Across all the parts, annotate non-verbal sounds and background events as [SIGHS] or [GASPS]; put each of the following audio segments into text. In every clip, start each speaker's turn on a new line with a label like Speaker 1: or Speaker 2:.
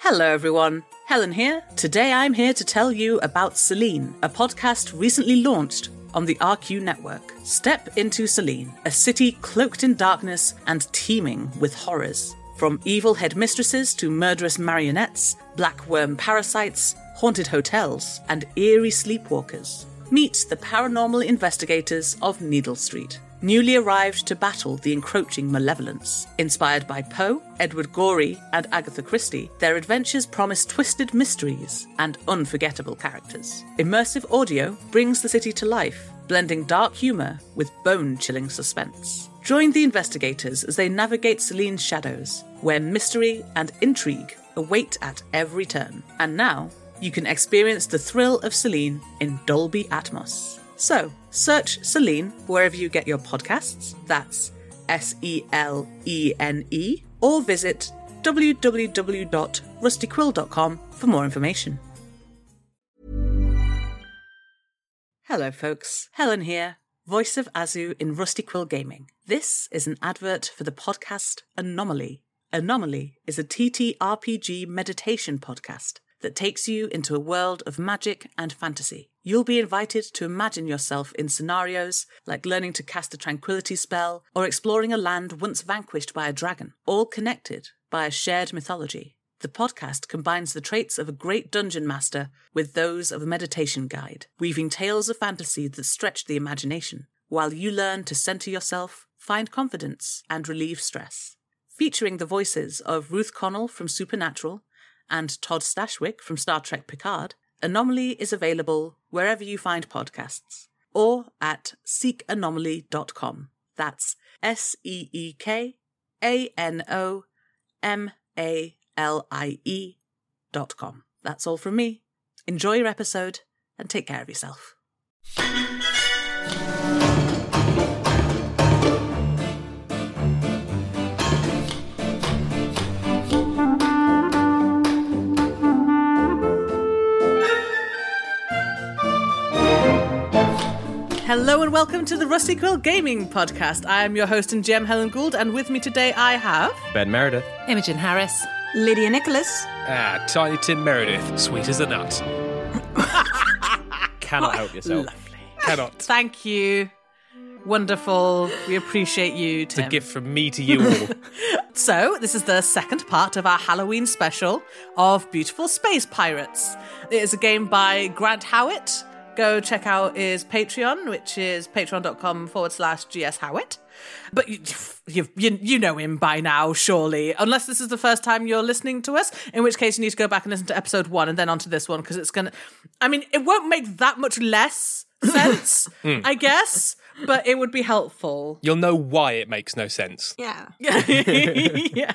Speaker 1: Hello, everyone. Helen here. Today I'm here to tell you about Celine, a podcast recently launched on the RQ network. Step into Celine, a city cloaked in darkness and teeming with horrors. From evil headmistresses to murderous marionettes, black worm parasites, haunted hotels, and eerie sleepwalkers. Meet the paranormal investigators of Needle Street, newly arrived to battle the encroaching malevolence. Inspired by Poe, Edward Gorey, and Agatha Christie, their adventures promise twisted mysteries and unforgettable characters. Immersive audio brings the city to life, blending dark humour with bone chilling suspense. Join the investigators as they navigate Celine's shadows, where mystery and intrigue await at every turn. And now, you can experience the thrill of Celine in Dolby Atmos. So, search Celine wherever you get your podcasts. That's S E L E N E, or visit www.rustyquill.com for more information. Hello, folks. Helen here, voice of Azu in Rusty Quill Gaming. This is an advert for the podcast Anomaly. Anomaly is a TTRPG meditation podcast that takes you into a world of magic and fantasy. You'll be invited to imagine yourself in scenarios like learning to cast a tranquility spell or exploring a land once vanquished by a dragon, all connected by a shared mythology. The podcast combines the traits of a great dungeon master with those of a meditation guide, weaving tales of fantasy that stretch the imagination, while you learn to center yourself, find confidence, and relieve stress. Featuring the voices of Ruth Connell from Supernatural and Todd Stashwick from Star Trek Picard, Anomaly is available wherever you find podcasts or at seekanomaly.com. That's S E E K A N O M A L I E dot com. That's all from me. Enjoy your episode and take care of yourself. Hello and welcome to the Rusty Quill Gaming Podcast. I am your host and GM Helen Gould, and with me today I have
Speaker 2: Ben Meredith.
Speaker 3: Imogen Harris.
Speaker 4: Lydia Nicholas.
Speaker 2: Ah, Tiny Tim Meredith. Sweet as a nut. [LAUGHS] Cannot help yourself. Cannot.
Speaker 1: Thank you. Wonderful. We appreciate you, Tim.
Speaker 2: A gift from me to you all.
Speaker 1: So, this is the second part of our Halloween special of Beautiful Space Pirates. It is a game by Grant Howitt. Go check out his Patreon, which is patreon.com forward slash GS Howitt. But you, you, you, you know him by now, surely, unless this is the first time you're listening to us, in which case you need to go back and listen to episode one and then onto this one, because it's going to, I mean, it won't make that much less sense, I guess, but it would be helpful.
Speaker 2: You'll know why it makes no sense.
Speaker 4: Yeah.
Speaker 1: [LAUGHS] yeah.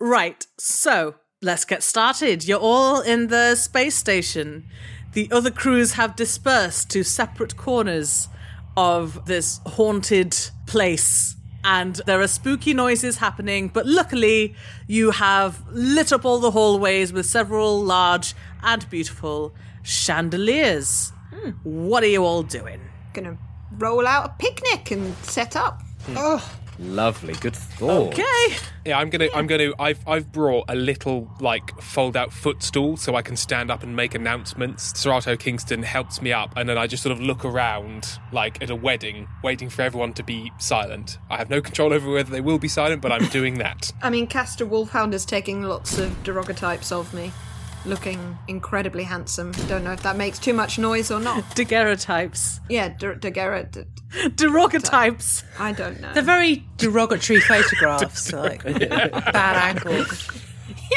Speaker 1: Right. So let's get started. You're all in the space station. The other crews have dispersed to separate corners of this haunted place. And there are spooky noises happening, but luckily you have lit up all the hallways with several large and beautiful chandeliers. What are you all doing?
Speaker 4: Gonna roll out a picnic and set up.
Speaker 5: Hmm.
Speaker 4: Oh,
Speaker 5: Lovely, good thought.
Speaker 1: Okay.
Speaker 2: Yeah, I'm gonna, I'm gonna, I've, I've brought a little like fold-out footstool so I can stand up and make announcements. Serato Kingston helps me up, and then I just sort of look around like at a wedding, waiting for everyone to be silent. I have no control over whether they will be silent, but I'm doing that.
Speaker 4: I mean, Castor Wolfhound is taking lots of derogatypes of me. Looking incredibly handsome. Don't know if that makes too much noise or
Speaker 5: [LAUGHS]
Speaker 4: not.
Speaker 1: Daguerreotypes.
Speaker 4: Yeah, der- Daguerre. D-
Speaker 1: Derogatypes.
Speaker 4: I don't know.
Speaker 3: They're very
Speaker 2: [LAUGHS]
Speaker 3: derogatory photographs, like bad angles.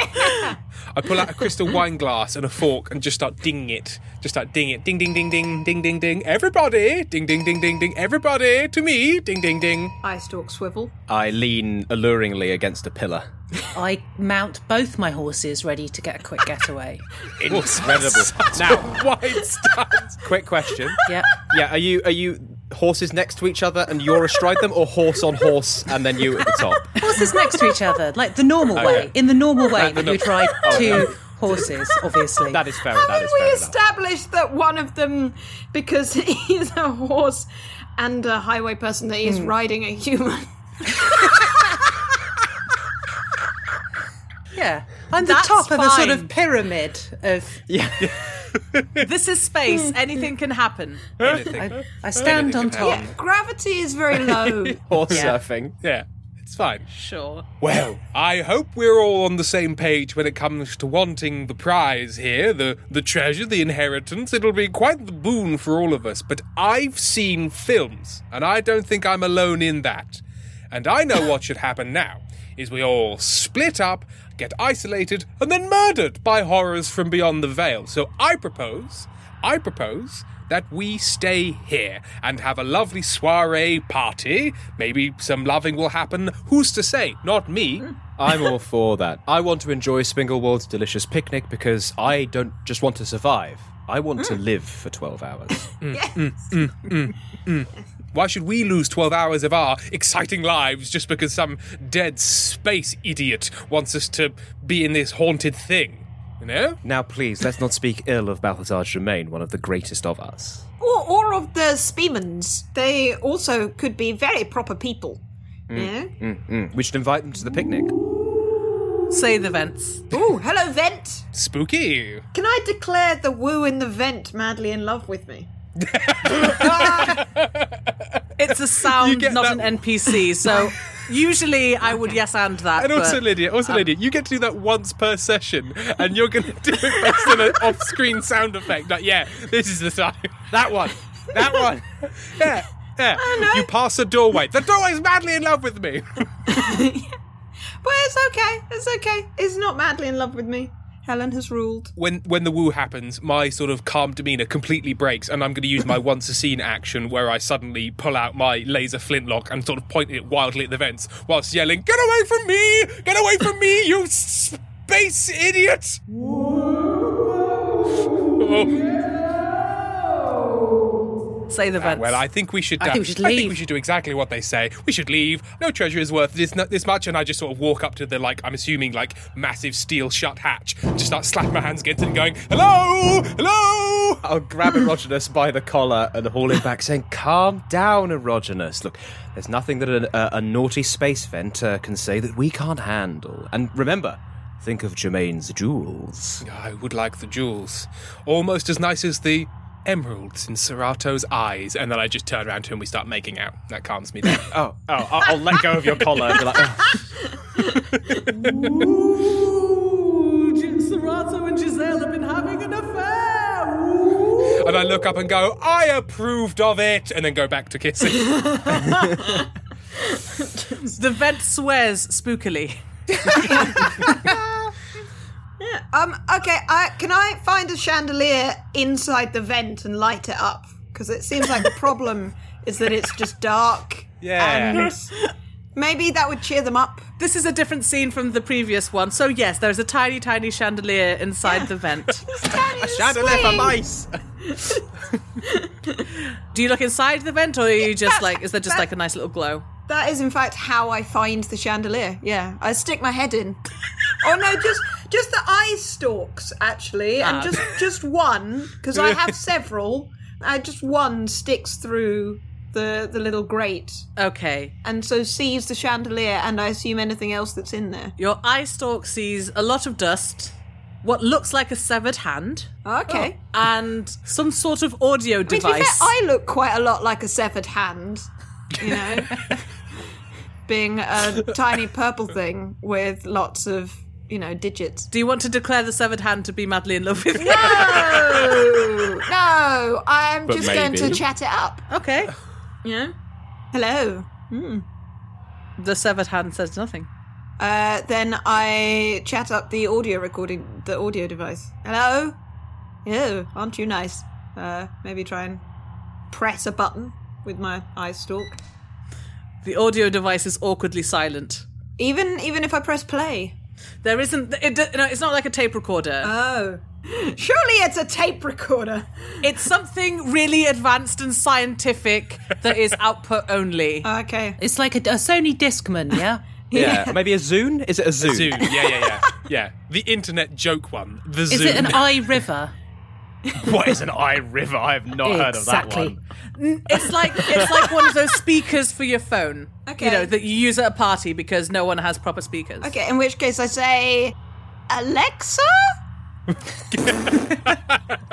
Speaker 2: I pull out a crystal wine glass and a fork and just start dinging it. Just start dinging it. Ding, ding, ding, ding, ding, ding, ding. Everybody! Ding, ding, ding, ding, ding. Everybody to me! Ding, ding, ding.
Speaker 4: Eye stalk swivel.
Speaker 5: I lean alluringly against a pillar.
Speaker 3: I mount both my horses ready to get a quick getaway.
Speaker 5: [LAUGHS] Incredible. now,
Speaker 2: Wide stance.
Speaker 5: [LAUGHS] quick question.
Speaker 3: Yep.
Speaker 5: Yeah, are you are you horses next to each other and you're astride them, or horse on horse and then you at the top?
Speaker 3: Horses next to each other, like the normal
Speaker 2: Oh,
Speaker 3: way. In the normal way that you would ride two horses,
Speaker 5: [LAUGHS]
Speaker 3: obviously.
Speaker 5: That is fair.
Speaker 4: How
Speaker 5: that
Speaker 4: did
Speaker 5: is
Speaker 4: we
Speaker 5: fair enough.
Speaker 4: establish that one of them, because [LAUGHS] he's a horse and a highway person, that he
Speaker 5: Hmm.
Speaker 4: is riding a human?
Speaker 3: Yeah. I'm the
Speaker 1: That's
Speaker 3: top of a
Speaker 1: fine.
Speaker 3: sort of pyramid of.
Speaker 1: This is space. Anything can happen.
Speaker 2: Anything.
Speaker 3: I stand on
Speaker 2: Anything can
Speaker 3: top.
Speaker 2: happen.
Speaker 4: [LAUGHS] Gravity is very
Speaker 5: [LAUGHS]
Speaker 4: low.
Speaker 5: [LAUGHS] Horse
Speaker 3: Yeah.
Speaker 5: surfing.
Speaker 2: Yeah, it's fine.
Speaker 1: Sure.
Speaker 2: Well, I hope we're all on the same page when it comes to wanting the prize here, the the treasure, the inheritance. It'll be quite the boon for all of us. But I've seen films, and I don't think I'm alone in that. And I know what should happen now is we all split up, get isolated, and then murdered by horrors from beyond the veil. So I propose, I propose that we stay here and have a lovely soiree party. Maybe some loving will happen. Who's to say? Not me.
Speaker 5: I'm all for that. I want to enjoy Spinglewald's delicious picnic because I don't just want to survive. I want to live for 12 hours.
Speaker 2: Why should we lose 12 hours of our exciting lives just because some dead space idiot wants us to be in this haunted thing? You know?
Speaker 5: now, please, let's not speak ill of Balthazar Germain, one of the greatest of us.
Speaker 4: or, or of the Speemans. They also could be very proper people. Yeah?
Speaker 5: Mm, We should invite them to the picnic.
Speaker 1: Say the vents.
Speaker 4: Ooh, hello, Vent!
Speaker 2: Spooky.
Speaker 4: Can I declare the woo in the Vent madly in love with me?
Speaker 1: It's a
Speaker 2: [LAUGHS]
Speaker 1: sound,
Speaker 2: get
Speaker 1: not
Speaker 2: that-
Speaker 1: an
Speaker 2: [LAUGHS]
Speaker 1: NPC. So usually I would yes and that.
Speaker 2: And also,
Speaker 1: but- uh,
Speaker 2: Lydia, also, Lydia, you get to do that once per session, and you're going to do it based on an off screen sound effect. Like, yeah, this is the time. That one.
Speaker 1: [LAUGHS]
Speaker 2: That one. Yeah. Yeah. You pass a doorway. The doorway's madly in love with me.
Speaker 4: But it's okay, it's okay. It's not madly in love with me. Helen has ruled.
Speaker 2: when when the woo happens, my sort of calm demeanor completely breaks, and I'm going to use my once a scene action where I suddenly pull out my laser flintlock and sort of point it wildly at the vents whilst yelling, "Get away from me! Get away from me! You space idiot!" Oh,
Speaker 1: Say the vents.
Speaker 2: Ah, well, I think we should. uh,
Speaker 3: I think we should
Speaker 2: I think
Speaker 3: leave.
Speaker 2: we should do exactly what they say. We should leave. No treasure is worth this, this much. And I just sort of walk up to the like I'm assuming like massive steel shut hatch, just start slapping my hands against it and going, "Hello, hello."
Speaker 5: I'll grab Erogenous by the collar and haul him back, saying, Calm down, Erogenous. Look, there's nothing that a, a, a naughty space vent uh, can say that we can't handle. And remember, think of Germain's jewels.
Speaker 2: I would like the jewels. Almost as nice as the emeralds in Serato's eyes. And then I just turn around to him and we start making out. That calms me
Speaker 3: [LAUGHS]
Speaker 2: down.
Speaker 5: Oh, oh, I'll, I'll let go of your collar and be like, "Oh,
Speaker 1: Ooh, G- Serato and Giselle have been having an affair. Ooh.
Speaker 2: and I look up and go, I approved of it. And then go back to kissing.
Speaker 1: The vent swears spookily.
Speaker 4: Um, okay, I, can I find a chandelier inside the vent and light it up? Because it seems like the [LAUGHS] problem is that it's just dark. [LAUGHS]
Speaker 2: Yeah.
Speaker 4: And maybe that would cheer them up.
Speaker 1: This is a different scene from the previous one. So yes, there's a tiny, tiny chandelier inside the vent.
Speaker 4: Tiny
Speaker 5: chandelier for
Speaker 4: swing.
Speaker 5: mice!
Speaker 1: Do you look inside the vent, or are you just
Speaker 4: that's-
Speaker 1: like, is there just
Speaker 4: that-
Speaker 1: like a nice little glow?
Speaker 4: That is, in fact, how I find the chandelier. Yeah, I stick my head in. oh no, just just the eye stalks actually, and
Speaker 1: Ah.
Speaker 4: just just one because I have several. I just one sticks through the the little grate,
Speaker 1: Okay.
Speaker 4: and so sees the chandelier, and I assume anything else that's in there.
Speaker 1: Your eye stalk sees a lot of dust, what looks like a severed hand,
Speaker 4: Okay.
Speaker 1: and some sort of audio
Speaker 4: I mean, to be fair,
Speaker 1: device.
Speaker 4: I look quite a lot like a severed hand, you know, being a tiny purple thing with lots of you know digits.
Speaker 1: Do you want to declare the severed hand to be madly in love with you?
Speaker 4: no, no, I'm
Speaker 5: But
Speaker 4: just going to
Speaker 5: maybe.
Speaker 4: chat it up.
Speaker 1: okay.
Speaker 4: Yeah. Hello.
Speaker 1: The severed hand says nothing.
Speaker 4: Uh, then I chat up the audio recording, the audio device. Hello. Ew, aren't you nice? Uh, maybe try and press a button with my eye stalk.
Speaker 1: The audio device is awkwardly silent.
Speaker 4: Even even if I press play.
Speaker 1: There isn't. It, d- no, it's not like a tape recorder.
Speaker 4: Oh. Surely it's a tape recorder.
Speaker 1: it's something really advanced and scientific that is output only.
Speaker 4: Okay.
Speaker 3: It's like a, a Sony Discman, [LAUGHS] yeah?
Speaker 5: Yeah, maybe a Zune? Is it a
Speaker 3: [LAUGHS]
Speaker 5: Zune?
Speaker 2: Zoom. Yeah, yeah, yeah. Yeah. The internet joke one. The
Speaker 3: Is
Speaker 2: Zoom.
Speaker 3: it an eye river?
Speaker 5: What is an eye river? I have not heard of that
Speaker 3: Exactly.
Speaker 5: one.
Speaker 1: It's like it's like one of those speakers for your phone.
Speaker 4: Okay.
Speaker 1: You know that you use at a party because no one has proper speakers.
Speaker 4: Okay, in which case I say, Alexa?
Speaker 5: [LAUGHS]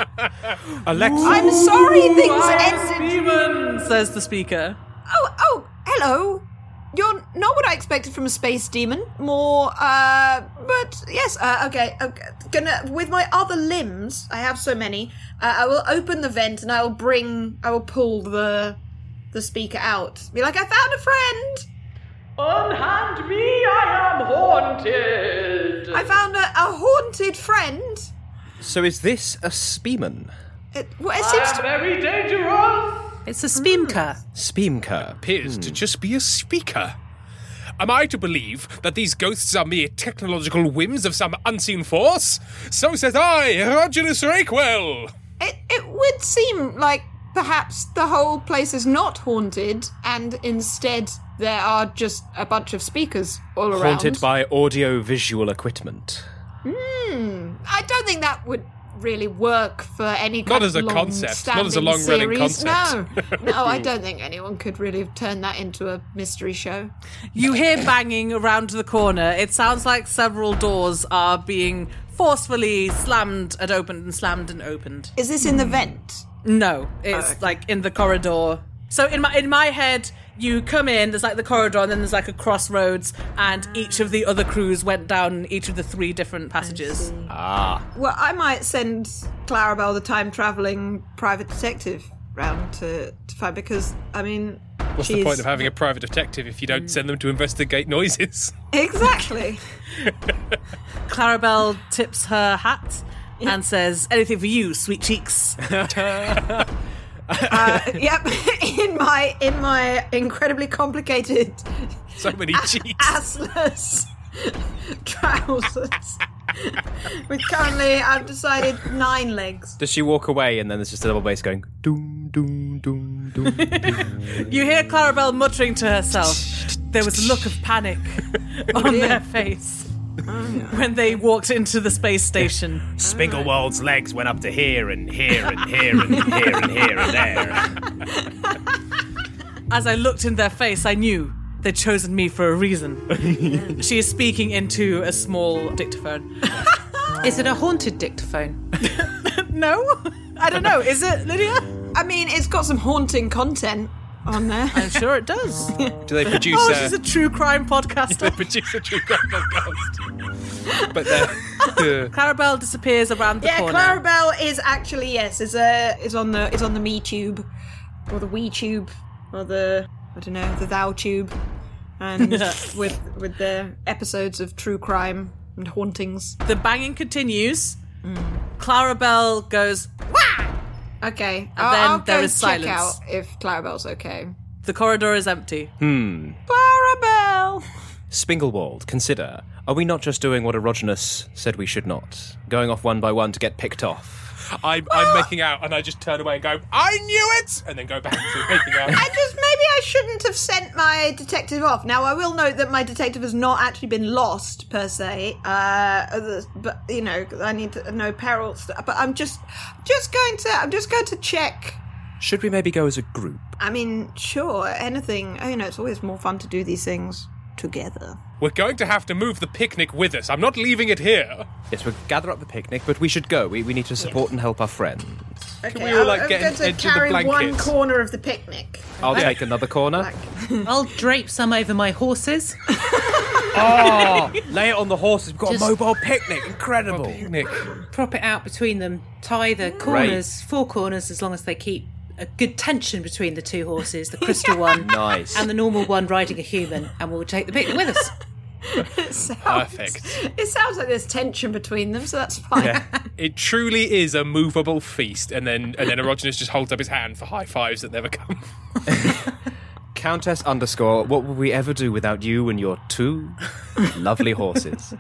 Speaker 5: Alexa.
Speaker 4: I'm sorry things ended.
Speaker 1: Demon, says the speaker.
Speaker 4: Oh, oh, hello. You're not what I expected from a space demon. More, uh, but yes, uh, okay. I'm gonna with my other limbs. I have so many. Uh, I will open the vent and I will bring. I will pull the the speaker out. Be like, I found a friend.
Speaker 6: Unhand me, I am haunted!
Speaker 4: I found a, a haunted friend.
Speaker 5: So is this a speeman?
Speaker 4: It, well, it
Speaker 6: I
Speaker 4: seems
Speaker 6: am
Speaker 4: to.
Speaker 6: very dangerous!
Speaker 3: It's a speamker.
Speaker 5: Speamker.
Speaker 2: appears
Speaker 3: Hmm.
Speaker 2: to just be a speaker. Am I to believe that these ghosts are mere technological whims of some unseen force? So says I, Erogenous Rakewell!
Speaker 4: It it would seem like perhaps the whole place is not haunted, and instead there are just a bunch of speakers all around.
Speaker 5: Haunted by audio-visual equipment.
Speaker 4: I don't think that would really work for any kind
Speaker 2: as
Speaker 4: of
Speaker 2: a concept, not as a
Speaker 4: long-standing
Speaker 2: long-running
Speaker 4: series.
Speaker 2: concept. [LAUGHS]
Speaker 4: No, no, I don't think anyone could really turn that into a mystery show.
Speaker 1: You hear banging around the corner. It sounds like several doors are being forcefully slammed and opened and slammed and opened.
Speaker 4: Is this in the vent?
Speaker 1: No, it's like in the corridor. So in my in my head, you come in. There's like the corridor, and then there's like a crossroads, and each of the other crews went down each of the three different passages.
Speaker 4: Well, I might send Clarabelle, the time traveling private detective, round to, to find because I mean,
Speaker 2: What's the point of having a private detective if you
Speaker 3: Hmm.
Speaker 2: don't send them to investigate noises?
Speaker 4: exactly? [LAUGHS]
Speaker 1: Clarabelle tips her hat and says, "Anything for you, sweet cheeks."
Speaker 4: yep, [LAUGHS] in my in my incredibly complicated
Speaker 2: So many [LAUGHS] cheeks.
Speaker 4: assless [LAUGHS] trousers. [LAUGHS] With currently, I've decided nine legs.
Speaker 5: Does she walk away and then there's just a double bass going doom doom doom
Speaker 3: [LAUGHS]
Speaker 5: doom?
Speaker 1: You hear Clarabelle muttering to herself. There was a look of panic on their face when they walked into the space station.
Speaker 5: Spinglewald's legs went up to here and here and here and here and here and there.
Speaker 1: As I looked in their face, I knew they'd chosen me for a reason. she is speaking into a small dictaphone. [LAUGHS]
Speaker 3: Is it a haunted dictaphone?
Speaker 1: No? I don't know. Is it, Lydia?
Speaker 4: I mean, it's got some haunting content on there.
Speaker 1: I'm sure it does.
Speaker 2: Do they produce
Speaker 5: uh,
Speaker 1: Oh,
Speaker 2: a,
Speaker 1: she's a true crime podcaster.
Speaker 2: [LAUGHS] produce a true crime podcast? But
Speaker 5: [LAUGHS]
Speaker 2: they're,
Speaker 1: Clarabelle disappears around the
Speaker 4: yeah,
Speaker 1: corner.
Speaker 4: Clarabelle is actually yes, is a is on the is on the Me Tube, or the We Tube, or the I don't know the Thou Tube, [LAUGHS] and with with the episodes of true crime and hauntings.
Speaker 1: the banging continues. Clarabelle goes,
Speaker 4: Okay, and
Speaker 1: then
Speaker 4: I'll, I'll
Speaker 1: there
Speaker 4: go
Speaker 1: is
Speaker 4: check
Speaker 1: silence.
Speaker 4: out if Clarabelle's okay.
Speaker 1: the corridor is empty.
Speaker 4: Clarabelle.
Speaker 5: Spinglewald, consider: Are we not just doing what Erogenous said we should not, going off one by one to get picked off?
Speaker 2: I'm,
Speaker 3: Oh.
Speaker 2: I'm making out and I just turn away and go, I knew it! And then go back to [LAUGHS] making
Speaker 4: I
Speaker 2: out.
Speaker 4: just maybe I shouldn't have sent my detective off. Now I will note that my detective has not actually been lost per se. Uh, other- but you know 'cause I need to know peril. St- but I'm just just going to I'm just going to check.
Speaker 5: Should we maybe go as a group?
Speaker 4: I mean, sure, anything. You know, it's always more fun to do these things together.
Speaker 2: We're going to have to move the picnic with us. I'm not leaving it here.
Speaker 5: Yes, we'll gather up the picnic, but we should go. We, we need to support and help our friend.
Speaker 4: Okay,
Speaker 2: we all, I'm- like, I'm get going an to edge of the carry one
Speaker 4: one
Speaker 2: blanket?
Speaker 4: corner of the picnic.
Speaker 5: I'll take another corner.
Speaker 3: I'll drape some over my horses. [LAUGHS]
Speaker 5: Oh, lay it on the horses. We've got
Speaker 3: Just-
Speaker 5: a mobile picnic. Incredible.
Speaker 2: Picnic.
Speaker 3: prop it out between them, tie the corners, four corners, as long as they keep a good tension between the two horses,
Speaker 5: [LAUGHS]
Speaker 3: the crystal one
Speaker 5: Nice.
Speaker 3: and the normal one riding a human, and we'll take the picnic with us.
Speaker 2: Perfect.
Speaker 4: [LAUGHS] It sounds like there's tension between them, so that's fine.
Speaker 2: It truly is a movable feast. And then and then Erogenous just holds up his hand for high fives that never come. [LAUGHS]
Speaker 5: Countess underscore, what would we ever do without you and your
Speaker 4: [LAUGHS]
Speaker 5: two lovely horses?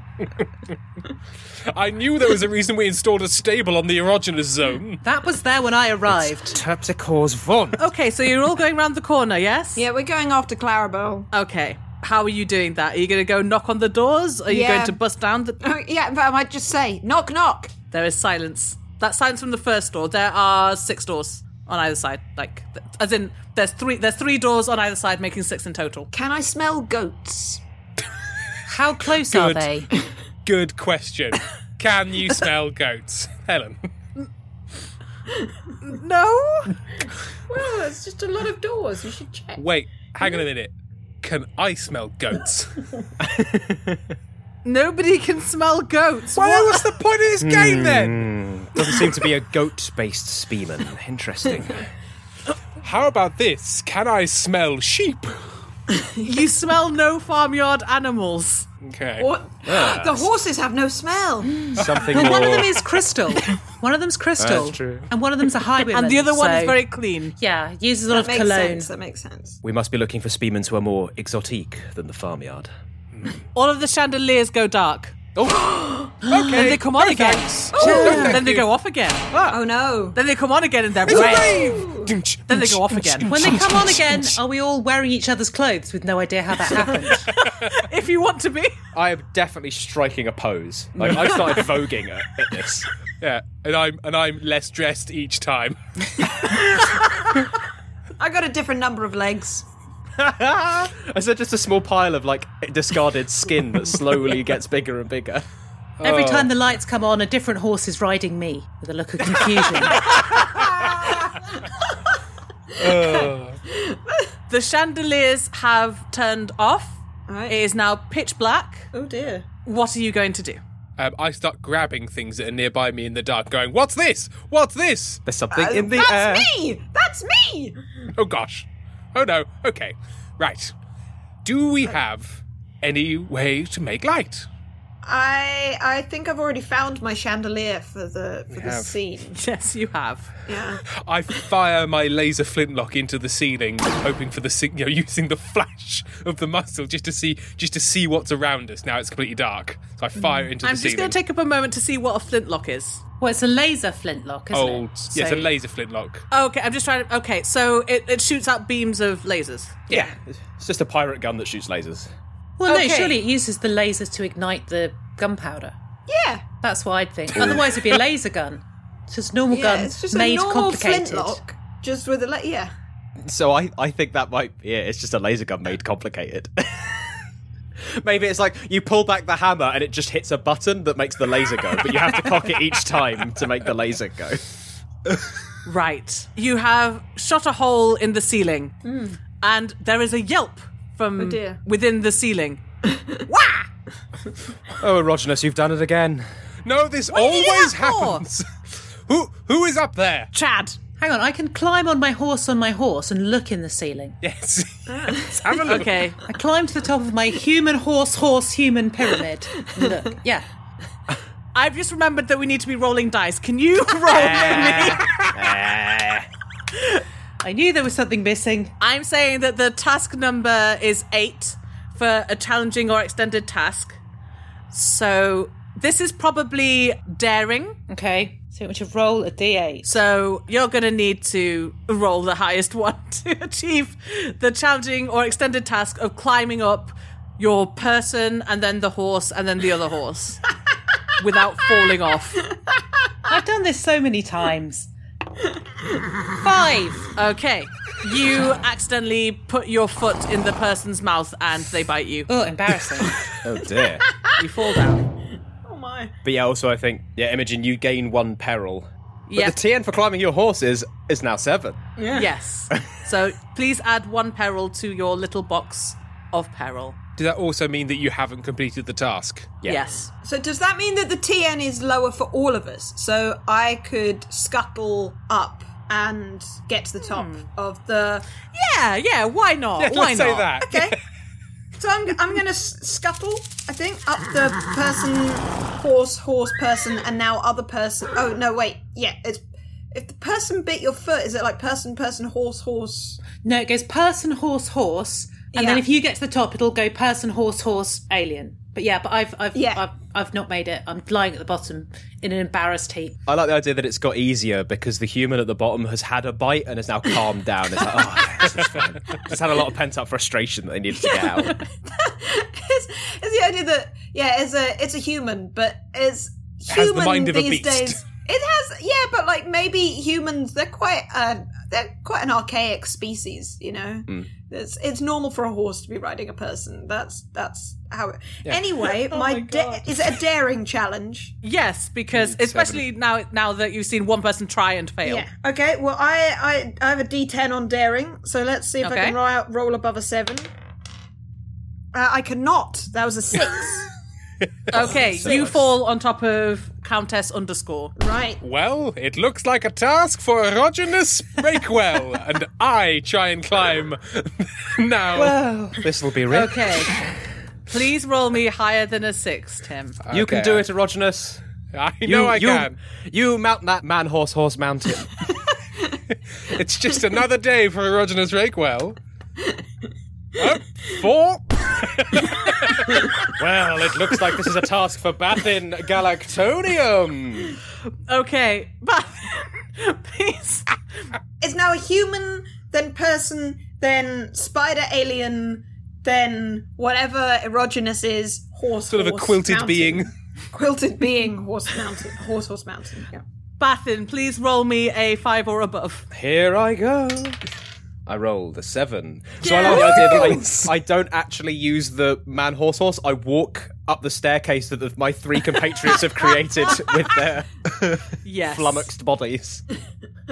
Speaker 2: I knew there was a reason we installed a stable on the Erogenous zone.
Speaker 3: That was there when I arrived.
Speaker 5: Terpsichore's von.
Speaker 4: Oh.
Speaker 1: Okay, so you're all going round the corner, yes?
Speaker 4: yeah, we're going after Clarabelle.
Speaker 2: Oh.
Speaker 1: Okay. How are you doing that? Are you going to go knock on the doors? Are you
Speaker 4: Yeah.
Speaker 1: going to bust down the.
Speaker 4: Oh, [LAUGHS] yeah, but I might just say knock knock.
Speaker 1: There is silence. That silence from the first door. There are six doors on either side. Like, th- as in, there's three. There's three doors on either side, making six in total.
Speaker 4: Can I smell goats?
Speaker 3: How close are they?
Speaker 2: [LAUGHS] good question. Can you smell goats, Helen?
Speaker 4: No.
Speaker 7: Well, it's just a lot of doors. You should check.
Speaker 2: Wait, hang on a minute. Can I smell goats?
Speaker 4: Nobody can smell goats.
Speaker 2: Well, what's the point of this game then?
Speaker 5: Doesn't seem to be a goat-based spearman.
Speaker 4: [LAUGHS]
Speaker 5: Interesting.
Speaker 2: How about this? Can I smell sheep?
Speaker 1: You smell no farmyard animals.
Speaker 2: Okay.
Speaker 4: What? The horses have
Speaker 7: [GASPS]
Speaker 4: no smell.
Speaker 5: Something
Speaker 3: Well, one of them
Speaker 5: more.
Speaker 3: is crystal. One of them's crystal.
Speaker 5: That's true.
Speaker 3: And one of them's a highwayman.
Speaker 1: And the other one is
Speaker 3: so-
Speaker 1: very clean.
Speaker 3: Yeah, uses a lot
Speaker 4: That
Speaker 3: of
Speaker 4: makes
Speaker 3: cologne.
Speaker 4: sense. That makes sense.
Speaker 5: We must be looking for spearmen who are more exotique than the farmyard.
Speaker 1: All of the chandeliers go dark. [GASPS] okay. Then they come on again. Oh, then they go off again.
Speaker 4: Oh no.
Speaker 1: Then they come on again and they're red. Then they go off again.
Speaker 3: When they come on again, are we all wearing each other's clothes with no idea how that happened?
Speaker 1: [LAUGHS] if you want to be.
Speaker 5: I am definitely striking a pose. Like I [LAUGHS] started voguing at, at this.
Speaker 2: Yeah, and I'm and I'm less dressed each time. [LAUGHS]
Speaker 4: I got a different number of legs.
Speaker 5: Is there just a small pile of like discarded skin that slowly gets bigger and bigger?
Speaker 3: Every time the lights come on, a different horse is riding me with a look of confusion.
Speaker 1: The chandeliers have turned off.
Speaker 4: Right.
Speaker 1: It is now pitch black.
Speaker 4: Oh dear.
Speaker 1: What are you going to do?
Speaker 2: Um, I start grabbing things that are nearby me in the dark, going, "What's this? What's this?
Speaker 5: There's something in the
Speaker 4: Uh, That's
Speaker 5: air.
Speaker 4: me. That's me.
Speaker 2: Oh gosh! Oh no! Okay, right. Do we have any way to make light?
Speaker 4: I I think I've already found my chandelier for the for the
Speaker 2: have.
Speaker 4: scene.
Speaker 7: [LAUGHS]
Speaker 1: Yes, you have.
Speaker 4: Yeah.
Speaker 2: I fire my laser flintlock into the ceiling, hoping for the sig- you know, [LAUGHS] using the flash of the muscle just to see just to see what's around us. Now it's completely dark, so I fire into
Speaker 1: I'm
Speaker 2: the
Speaker 1: just
Speaker 2: ceiling.
Speaker 1: going to take up a moment to see what a flintlock is.
Speaker 3: well, it's a laser flintlock, isn't
Speaker 2: Old,
Speaker 3: it?
Speaker 2: yes,
Speaker 3: So-
Speaker 2: a laser flintlock.
Speaker 1: Okay, I'm just trying to. Okay, so it, it shoots out beams of lasers.
Speaker 5: Yeah, it's just a pirate gun that shoots lasers.
Speaker 3: Well, no,
Speaker 1: Okay.
Speaker 3: surely it uses the lasers to ignite the gunpowder.
Speaker 4: Yeah.
Speaker 3: That's what I'd think. Otherwise, it'd be
Speaker 4: [LAUGHS]
Speaker 3: a laser gun. It's just normal
Speaker 4: Yeah.
Speaker 3: gun
Speaker 4: It's just
Speaker 3: made
Speaker 4: a normal
Speaker 3: complicated.
Speaker 4: flintlock, just with a le- yeah.
Speaker 5: So I, I think that might be it. It's just a laser gun made complicated. [LAUGHS] Maybe it's like you pull back the hammer and it just hits a button that makes the laser go, but you have to cock it each time to make the laser go.
Speaker 1: Right. Hmm. You have shot a hole in the ceiling, and there is a yelp from
Speaker 4: dear.
Speaker 1: within the ceiling.
Speaker 5: Oh, Erogenous, you've done it again.
Speaker 2: No, this
Speaker 1: did you do
Speaker 2: always
Speaker 1: that for?
Speaker 2: happens. [LAUGHS] who who is up there?
Speaker 1: [LAUGHS] Chad,
Speaker 3: Hang on, I can climb on my horse on my horse and look in the ceiling.
Speaker 2: Yes. Let's have a look.
Speaker 1: okay.
Speaker 3: I climb to the top of my human horse horse human
Speaker 4: [LAUGHS]
Speaker 3: pyramid. and Look, yeah.
Speaker 1: I've just remembered that we need to be rolling dice. Can you [LAUGHS] roll?
Speaker 3: I knew there was something missing.
Speaker 1: I'm saying that the task number is eight for a challenging or extended task. So this is probably daring.
Speaker 3: Okay, so I want you to roll a d8.
Speaker 1: So you're going to need to roll the highest [LAUGHS] one to achieve the challenging or extended task of climbing up your person and then the horse and then the other horse without falling off.
Speaker 3: I've done this so many times. Five.
Speaker 1: Okay. You accidentally put your foot in the person's mouth and they bite you.
Speaker 3: Oh, embarrassing.
Speaker 1: [LAUGHS]
Speaker 5: Oh dear.
Speaker 1: You fall down.
Speaker 4: Oh my.
Speaker 5: But yeah, also I think, yeah, Imogen, you gain one peril. But
Speaker 1: Yeah.
Speaker 5: the TN for climbing your horse is, is now seven.
Speaker 1: Yes. So please add one peril to your little box of peril.
Speaker 2: Does that also mean that you haven't completed the task?
Speaker 5: Yeah.
Speaker 1: Yes.
Speaker 4: So does that mean that the TN is lower for all of us? So I could scuttle up and get to the top
Speaker 7: Hmm.
Speaker 4: of the.
Speaker 1: Yeah, yeah, why not? why not?
Speaker 2: Let's say that.
Speaker 4: Okay. so I'm I'm gonna s- scuttle. I think up the person, horse, horse, person, and now other person. Oh no, wait. Yeah, it's if the person bit your foot, is it like person, person, horse, horse?
Speaker 3: no, it goes person horse horse, and then
Speaker 4: Yeah.
Speaker 3: if you get to the top, it'll go person horse horse alien. But yeah, but I've I've
Speaker 4: Yeah.
Speaker 3: I've, I've not made it. I'm lying at the bottom in an embarrassed heap.
Speaker 5: I like the idea that it's got easier because the human at the bottom has had a bite and has now calmed down. It's like, oh, this is fine. It's had a lot of pent up frustration that they needed to get out.
Speaker 4: it's, it's the idea that yeah, it's a it's a human, but it's
Speaker 2: the
Speaker 4: human
Speaker 2: mind of a
Speaker 4: these
Speaker 2: beast.
Speaker 4: days. It has yeah, but like maybe humans they're quite uh, they're quite an archaic species, you know.
Speaker 2: Hmm.
Speaker 4: It's it's normal for a horse to be riding a person. That's that's how. It, [LAUGHS] Anyway, Oh my, da- is it a daring challenge?
Speaker 1: Yes, because especially now now that you've seen one person try and fail.
Speaker 4: Yeah. Oh. Okay. Well, I, I I have a D10 on daring, so let's see if I
Speaker 1: Okay.
Speaker 4: can roll, roll above a seven. Uh, I cannot. That was a [LAUGHS] six.
Speaker 1: Okay, you fall on top of Countess underscore.
Speaker 4: right.
Speaker 2: Well, it looks like a task for Erogenous Breakwell, and I try and climb [LAUGHS] now.
Speaker 5: This will be Rick.
Speaker 1: Okay. Please roll me higher than a six, Tim.
Speaker 5: You can do
Speaker 2: Okay.
Speaker 5: it, Erogenous.
Speaker 2: I
Speaker 5: You,
Speaker 2: know I
Speaker 5: you,
Speaker 2: can.
Speaker 5: You mount that man, horse, horse mountain.
Speaker 2: [LAUGHS] It's just another day for Erogenous Breakwell. Up four.
Speaker 5: [LAUGHS] well, it looks like this is a task for Bathin Galactonium.
Speaker 1: Okay, but [LAUGHS] please.
Speaker 4: It's now a human, then person, then spider alien, then whatever erogenous is horse.
Speaker 2: Sort of a
Speaker 4: horse,
Speaker 2: quilted
Speaker 4: mountain.
Speaker 2: being.
Speaker 4: [LAUGHS] Quilted being horse mountain. Horse horse mountain. Yeah.
Speaker 1: Bathin, please roll me a five or above.
Speaker 5: Here I go. I rolled a seven. So I like the idea that I, I don't actually use the man horse horse. I walk up the staircase that the, my three compatriots have [LAUGHS] created with their
Speaker 1: Yes.
Speaker 5: flummoxed bodies.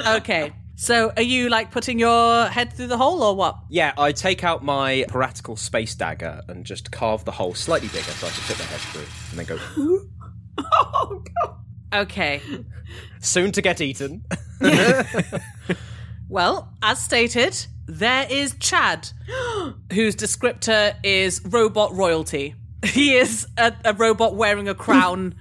Speaker 1: Okay. So are you like putting your head through the hole or what?
Speaker 5: Yeah, I take out my piratical space dagger and just carve the hole slightly bigger so I can fit my head through and then go,
Speaker 4: [LAUGHS] Oh god.
Speaker 1: Okay.
Speaker 5: soon to get eaten.
Speaker 1: Well, as stated, there is [GASPS] Chad, whose descriptor is robot royalty. He is a, a robot wearing a [LAUGHS] crown.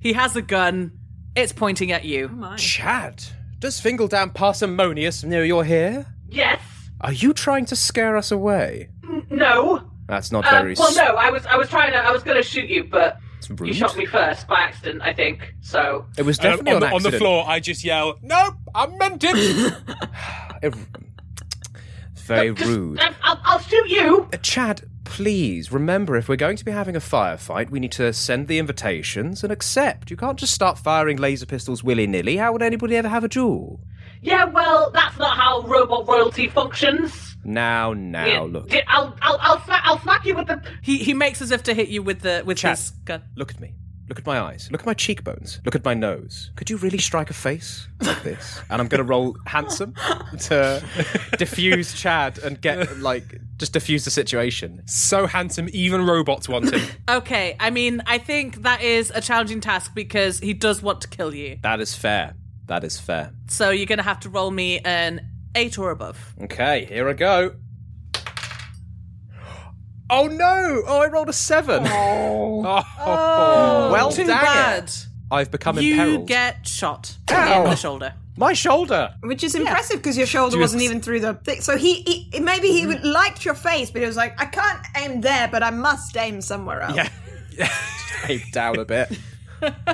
Speaker 1: he has a gun. It's pointing at you.
Speaker 5: Chad, does Fingledam Parsimonious know you're here?
Speaker 6: Yes.
Speaker 5: Are you trying to scare us away?
Speaker 6: No.
Speaker 5: That's not
Speaker 6: Um,
Speaker 5: very
Speaker 6: well,
Speaker 5: s- Mm-hmm.
Speaker 6: no. I was I was trying to I was going to shoot you, but you
Speaker 5: rude.
Speaker 6: shot me first by accident, I think. So
Speaker 5: It was
Speaker 2: Um,
Speaker 5: definitely
Speaker 2: on, the,
Speaker 5: an
Speaker 2: on the
Speaker 5: accident.
Speaker 2: floor, I just yell, "Nope, I meant it."
Speaker 5: [SIGHS] It- It's very rude.
Speaker 6: um, I'll, I'll shoot you.
Speaker 5: Uh, Chad, please remember if we're going to be having a firefight, we need to send the invitations and accept. You can't just start firing laser pistols willy nilly. How would anybody ever have a duel?
Speaker 6: Yeah. Well, that's not how robot royalty functions.
Speaker 5: Now, now,
Speaker 6: Yeah,
Speaker 5: look.
Speaker 6: yeah, I'll I'll I'll, sma- I'll smack you with the.
Speaker 1: He he makes as if to hit you with the with
Speaker 5: Chad.
Speaker 1: his gun.
Speaker 5: Look at me. Look at my eyes. Look at my cheekbones. Look at my nose. Could you really strike a face like
Speaker 2: [LAUGHS]
Speaker 5: this? And I'm going to roll handsome to [LAUGHS] diffuse Chad and get, like, just diffuse the situation.
Speaker 2: so handsome, even robots want him.
Speaker 1: Okay, I mean, I think that is a challenging task because he does want to kill you.
Speaker 5: [LAUGHS] That is fair. That is fair.
Speaker 1: So you're going to have to roll me an eight or above.
Speaker 5: Okay, here I go. Oh no! Oh, I rolled a seven. [LAUGHS] Oh. well,
Speaker 1: Oh. Too
Speaker 5: dang
Speaker 1: bad.
Speaker 5: it. I've become
Speaker 1: You
Speaker 5: imperiled.
Speaker 1: get shot
Speaker 5: Ow.
Speaker 1: in the shoulder.
Speaker 5: My shoulder.
Speaker 4: Which is impressive because your shoulder wasn't even through the thing. So he, he maybe he
Speaker 2: Mm-hmm.
Speaker 4: would liked your face, but he was like, I can't aim there, but I must aim somewhere else.
Speaker 5: Came down a bit.
Speaker 6: [LAUGHS]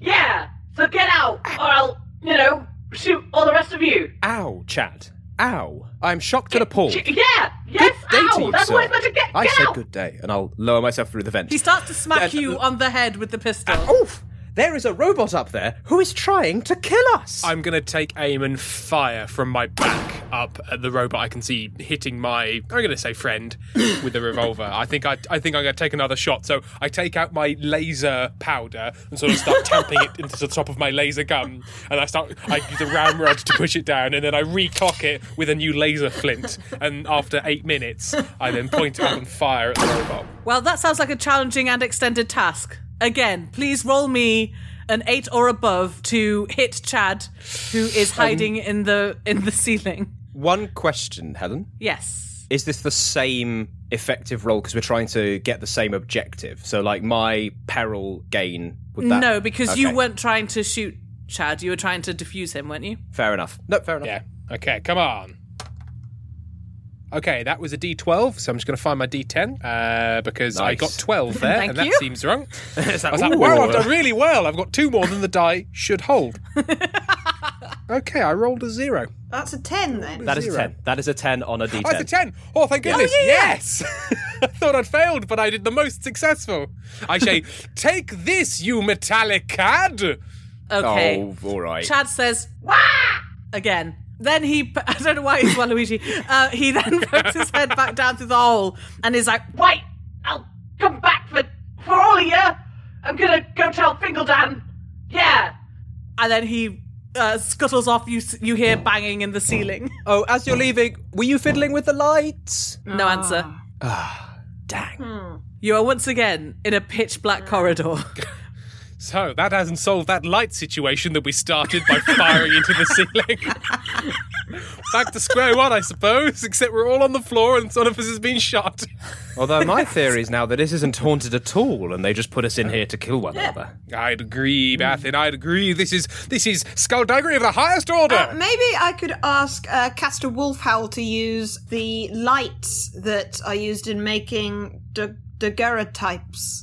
Speaker 6: Yeah. So get out, or I'll you know shoot all the rest of you.
Speaker 5: Ow, Chad. Ow. I'm shocked and appalled.
Speaker 6: Ch- Yeah. Yes.
Speaker 5: Day to
Speaker 6: ow.
Speaker 5: you,
Speaker 6: That's
Speaker 5: sir.
Speaker 6: what it's meant to get.
Speaker 5: I
Speaker 6: get
Speaker 5: said
Speaker 6: out.
Speaker 5: good day, and I'll lower myself through the vent.
Speaker 1: He starts to smack
Speaker 5: Then-
Speaker 1: you on the head with the pistol.
Speaker 5: Oof! There is a robot up there who is trying to kill us.
Speaker 2: I'm gonna take aim and fire from my back up at the robot. I can see hitting my. I'm gonna say friend with the revolver. I think I, I think I'm gonna take another shot. So I take out my laser powder and sort of start tamping it into the top of my laser gun, and I start. I use a ramrod to push it down, and then I recock it with a new laser flint. And after eight minutes, I then point it up and fire at the robot.
Speaker 1: Well, that sounds like a challenging and extended task. Again, please roll me an eight or above to hit Chad, who is
Speaker 5: Um,
Speaker 1: hiding in the in the ceiling.
Speaker 5: One question, Helen.
Speaker 1: Yes.
Speaker 5: is this the same effective roll because we're trying to get the same objective so like my peril gain would that
Speaker 1: no, because you
Speaker 5: Okay.
Speaker 1: weren't trying to shoot Chad. You were trying to defuse him, weren't you?
Speaker 5: fair enough no fair enough [LAUGHS]
Speaker 2: Yeah. Okay, come on. Okay, that was a D12, so I'm just going to find my D10 uh, because I
Speaker 5: Nice.
Speaker 2: got
Speaker 1: [LAUGHS]
Speaker 2: 12 there,
Speaker 1: Thank
Speaker 2: and that
Speaker 1: you. [LAUGHS]
Speaker 2: seems wrong. I was like, wow, I've done really well. I've got two more than the die
Speaker 1: [LAUGHS]
Speaker 2: should hold. okay, I rolled a zero.
Speaker 4: That's a ten then.
Speaker 5: that is a
Speaker 2: Zero.
Speaker 5: 10 that is a 10 on a d10
Speaker 2: Oh, it's a 10. Oh, thank goodness.
Speaker 1: yeah, yeah.
Speaker 2: yes. [LAUGHS] I thought I'd failed, but I did the most successful.
Speaker 1: [LAUGHS]
Speaker 2: I say, take this, you metallic cad.
Speaker 1: Okay.
Speaker 5: oh all right
Speaker 1: Chad says, Wah! again. Then he, [LAUGHS] p- I don't know why he's Waluigi. Uh, he then [LAUGHS] pokes his head back down through the hole and is like,
Speaker 6: Wait, I'll come back for for all of you. I'm gonna go tell Fingledan. Yeah,
Speaker 1: and then he uh, scuttles off. You s- you hear banging in the ceiling. [LAUGHS]
Speaker 5: Oh, as you're leaving, were you fiddling with the lights?
Speaker 1: No answer.
Speaker 4: Ah.
Speaker 5: Dang.
Speaker 2: Hmm.
Speaker 1: You are once again in a pitch black corridor.
Speaker 4: [LAUGHS]
Speaker 2: So that hasn't solved that light situation that we started by firing into the ceiling. [LAUGHS] Back to square one, I suppose, except we're all on the floor and one of us has been shot.
Speaker 5: Although my theory is now that this isn't haunted at all, and they just put us in here to kill one another.
Speaker 2: I'd agree, Bathin, I'd agree. This is this is skullduggery of the highest order.
Speaker 4: Uh, maybe I could ask uh, Caster Wolfhowl to use the lights that are used in making da- daguerreotypes.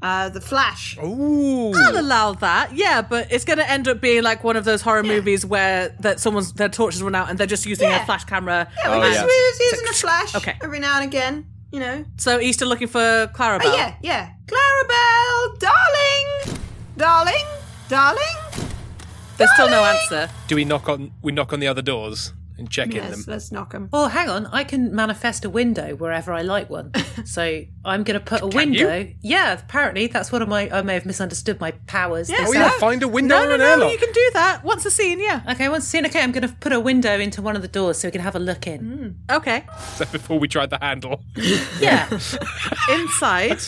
Speaker 4: Uh, the flash.
Speaker 5: Oh,
Speaker 2: Ooh.
Speaker 1: I'll allow that, yeah, but it's going to end up being like one of those horror movies where that someone's their torches run out and they're just using
Speaker 4: Yeah.
Speaker 1: a flash camera.
Speaker 4: Yeah, we're
Speaker 5: Oh,
Speaker 4: just,
Speaker 5: yeah.
Speaker 4: we're just using a flash
Speaker 1: Okay.
Speaker 4: every now and again, you know.
Speaker 1: So he's still looking for Clarabelle.
Speaker 4: Oh, yeah, yeah. Clarabelle, darling, darling, darling.
Speaker 1: There's still no answer.
Speaker 2: Do we knock on we knock on the other doors and check in
Speaker 4: Yes,
Speaker 2: them?
Speaker 4: let's knock him.
Speaker 3: Well, Oh, hang on. I can manifest a window wherever I like one. So I'm going to put a window. Yeah, apparently that's one of my. I may have misunderstood my powers.
Speaker 1: Yeah.
Speaker 3: this
Speaker 2: Oh yeah,
Speaker 1: So-
Speaker 2: find a window
Speaker 1: No,
Speaker 2: or
Speaker 1: no,
Speaker 2: an
Speaker 1: no,
Speaker 2: airlock.
Speaker 1: you can do that. Once a scene, yeah.
Speaker 3: Okay, once seen. Okay, I'm going to put a window into one of the doors so we can have a look in.
Speaker 1: Okay.
Speaker 2: Except before we tried the handle.
Speaker 3: Yeah,
Speaker 5: [LAUGHS]
Speaker 1: Inside,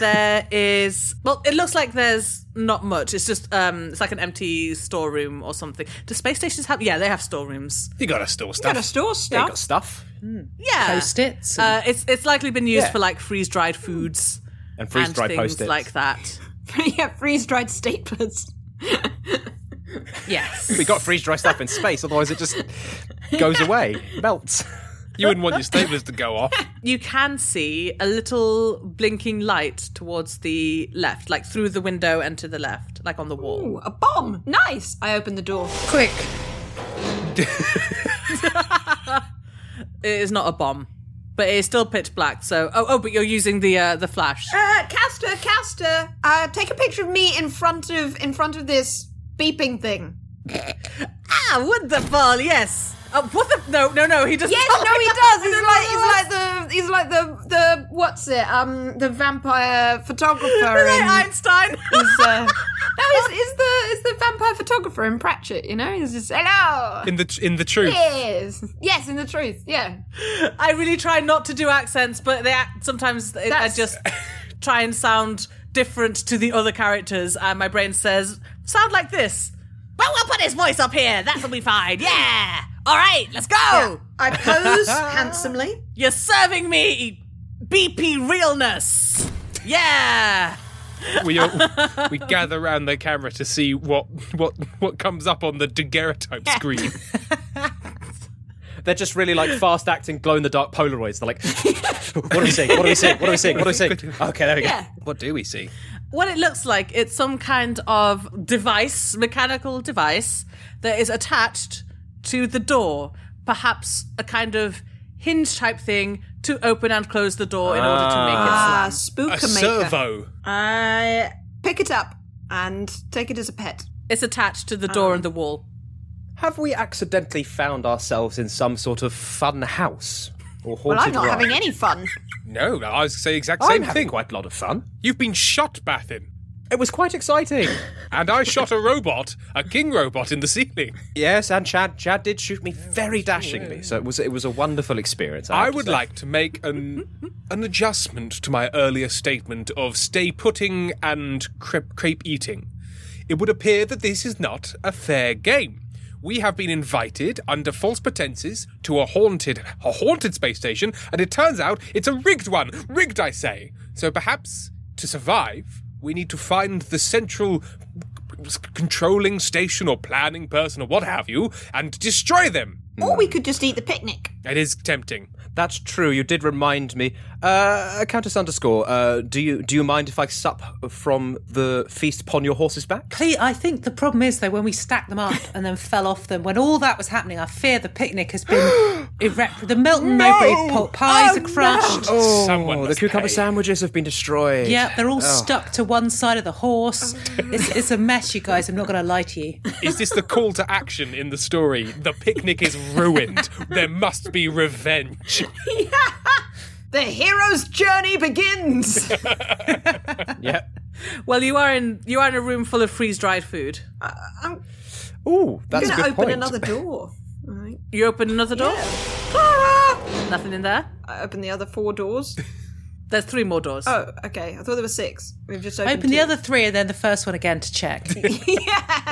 Speaker 1: there is, well, it looks like there's not much. It's just, um, it's like an empty storeroom or something. Do space stations have, yeah, they have storerooms.
Speaker 2: You gotta store stuff.
Speaker 4: Gotta store
Speaker 5: They
Speaker 4: stuff.
Speaker 5: got stuff
Speaker 1: Yeah.
Speaker 3: post its.
Speaker 1: Uh, it's it's likely been used
Speaker 5: Yeah.
Speaker 1: for like freeze dried foods
Speaker 5: and freeze
Speaker 1: and
Speaker 5: dried
Speaker 1: things
Speaker 5: post-its.
Speaker 1: like that.
Speaker 4: [LAUGHS] yeah, freeze dried staplers. [LAUGHS]
Speaker 1: Yes.
Speaker 5: We got freeze dried stuff in space, otherwise it just
Speaker 4: [LAUGHS]
Speaker 5: goes away, melts.
Speaker 2: You wouldn't want your staplers to go off.
Speaker 1: you can see a little blinking light towards the left, like through the window and to the left, like on the wall.
Speaker 4: Ooh, a bomb. Nice. I opened the door.
Speaker 3: quick.
Speaker 1: It is not a bomb, but it is still pitch black. So oh oh, but you're using the uh, the flash.
Speaker 4: Uh, Caster, Caster, uh, take a picture of me in front of in front of this beeping thing.
Speaker 1: Ah, wonderful. Yes. Uh, what the? No, no, no. He doesn't.
Speaker 4: Yes,
Speaker 1: [LAUGHS] tell
Speaker 4: no,
Speaker 1: me
Speaker 4: he
Speaker 1: that.
Speaker 4: Oh, does. He's like he's like the he's like the the what's it um the vampire [LAUGHS] photographer.
Speaker 1: Right,
Speaker 4: in-
Speaker 1: Einstein.
Speaker 4: [LAUGHS] he's, uh, no, he's, he's the he's the vampire photographer in Pratchett. You know, he's just hello.
Speaker 2: In the in the truth.
Speaker 4: Yes, yes, in the truth, yeah.
Speaker 1: [LAUGHS] I really try not to do accents, but they act, sometimes I- I
Speaker 4: That's-
Speaker 1: just try and sound different to the other characters, and my brain says, "Sound like this." Well, we'll put his voice up here. That'll be fine. Yeah. All right, let's go.
Speaker 4: I pose
Speaker 3: [LAUGHS]
Speaker 4: handsomely.
Speaker 1: You're serving me BP realness. Yeah.
Speaker 2: We
Speaker 4: [LAUGHS]
Speaker 2: all, we gather around the camera to see what what what comes up on the
Speaker 1: [LAUGHS]
Speaker 2: daguerreotype screen.
Speaker 5: [LAUGHS] They're just really like fast acting, glow in the dark Polaroids.
Speaker 4: [LAUGHS]
Speaker 5: They're like, what do we see? What do we see? What do we see? What do we
Speaker 2: [LAUGHS]
Speaker 5: see? Okay, there we go.
Speaker 2: What do we see?
Speaker 1: What it looks like, it's some kind of device, mechanical device, that is attached to the door. Perhaps a kind of hinge type thing to open and close the door in order to make it
Speaker 4: Ah,
Speaker 1: slam.
Speaker 2: A
Speaker 4: spooker maker.
Speaker 2: servo.
Speaker 4: I pick it up and take it as a pet.
Speaker 1: It's attached to the
Speaker 4: Ah.
Speaker 1: door and the wall.
Speaker 5: Have we accidentally found ourselves in some sort of fun house or haunted
Speaker 4: Well, I'm not
Speaker 5: ride?
Speaker 4: having any [LAUGHS] fun.
Speaker 2: No, I was say exact
Speaker 5: I'm
Speaker 2: same
Speaker 5: having
Speaker 2: thing.
Speaker 5: quite a lot of fun.
Speaker 2: You've been shot, Bathin,
Speaker 5: It was quite exciting.
Speaker 2: and I shot a robot, a king robot in the ceiling.
Speaker 5: [LAUGHS] yes, and Chad, Chad did shoot me very dashingly, so it was it was a wonderful experience.
Speaker 2: I
Speaker 5: have to
Speaker 2: would
Speaker 5: say.
Speaker 2: like to make an an adjustment to my earlier statement of stay putting and crepe, crepe eating. It would appear that this is not a fair game. We have been invited under false pretenses to a haunted a haunted space station, and it turns out it's a rigged one. Rigged, I say. So perhaps to survive, we need to find the central controlling station or planning person or what have you, and destroy them.
Speaker 4: Or we could just eat the picnic.
Speaker 2: It is tempting.
Speaker 5: That's true. You did remind me. Uh, Countess underscore, uh, do you do you mind if I sup from the feast upon your horse's back?
Speaker 3: Pete, I think the problem is though when we stacked them up and then fell off them, when all that was happening, I fear the picnic has been irreparable. The Milton Mowbray pot pies are crushed.
Speaker 2: Someone
Speaker 5: the
Speaker 2: must
Speaker 5: cucumber
Speaker 2: pay.
Speaker 5: sandwiches have been destroyed.
Speaker 3: Oh, Yeah, they're all
Speaker 5: oh.
Speaker 3: stuck to one side of the
Speaker 5: [LAUGHS]
Speaker 3: horse. It's, it's a mess, you guys. I'm not going to lie to you.
Speaker 2: Is this the call to action in the story? The picnic is ruined. there must be revenge.
Speaker 4: The hero's journey begins.
Speaker 5: Yep.
Speaker 1: Well, you are in you are in a room full of freeze dried food.
Speaker 4: I'm
Speaker 5: Ooh, that's
Speaker 4: gonna
Speaker 5: a
Speaker 4: open
Speaker 5: good point.
Speaker 4: another door. I think.
Speaker 1: You open another door.
Speaker 4: Clara!
Speaker 1: Nothing in there.
Speaker 4: I open the other four doors.
Speaker 1: There's three more doors.
Speaker 4: Oh, okay. I thought there were six. We've just opened
Speaker 3: Open the
Speaker 4: two.
Speaker 3: other three and then the first one again
Speaker 5: [LAUGHS]
Speaker 3: to check.
Speaker 4: [LAUGHS]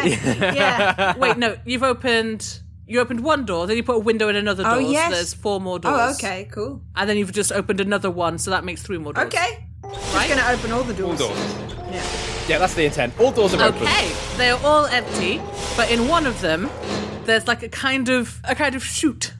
Speaker 4: yeah,
Speaker 1: [LAUGHS]
Speaker 4: yeah.
Speaker 1: Wait, no. You've opened you opened one door, then you put a window in another door.
Speaker 4: Oh,
Speaker 1: so
Speaker 4: yes.
Speaker 1: there's four more doors.
Speaker 4: Oh, okay, cool.
Speaker 1: And then you've just opened another one, so that makes three more doors.
Speaker 4: Okay, just gonna open all the doors.
Speaker 2: Hold on.
Speaker 5: Yeah, that's the intent. All doors are open.
Speaker 1: Okay, they are all empty, but in one of them, there's like a kind of a kind of chute.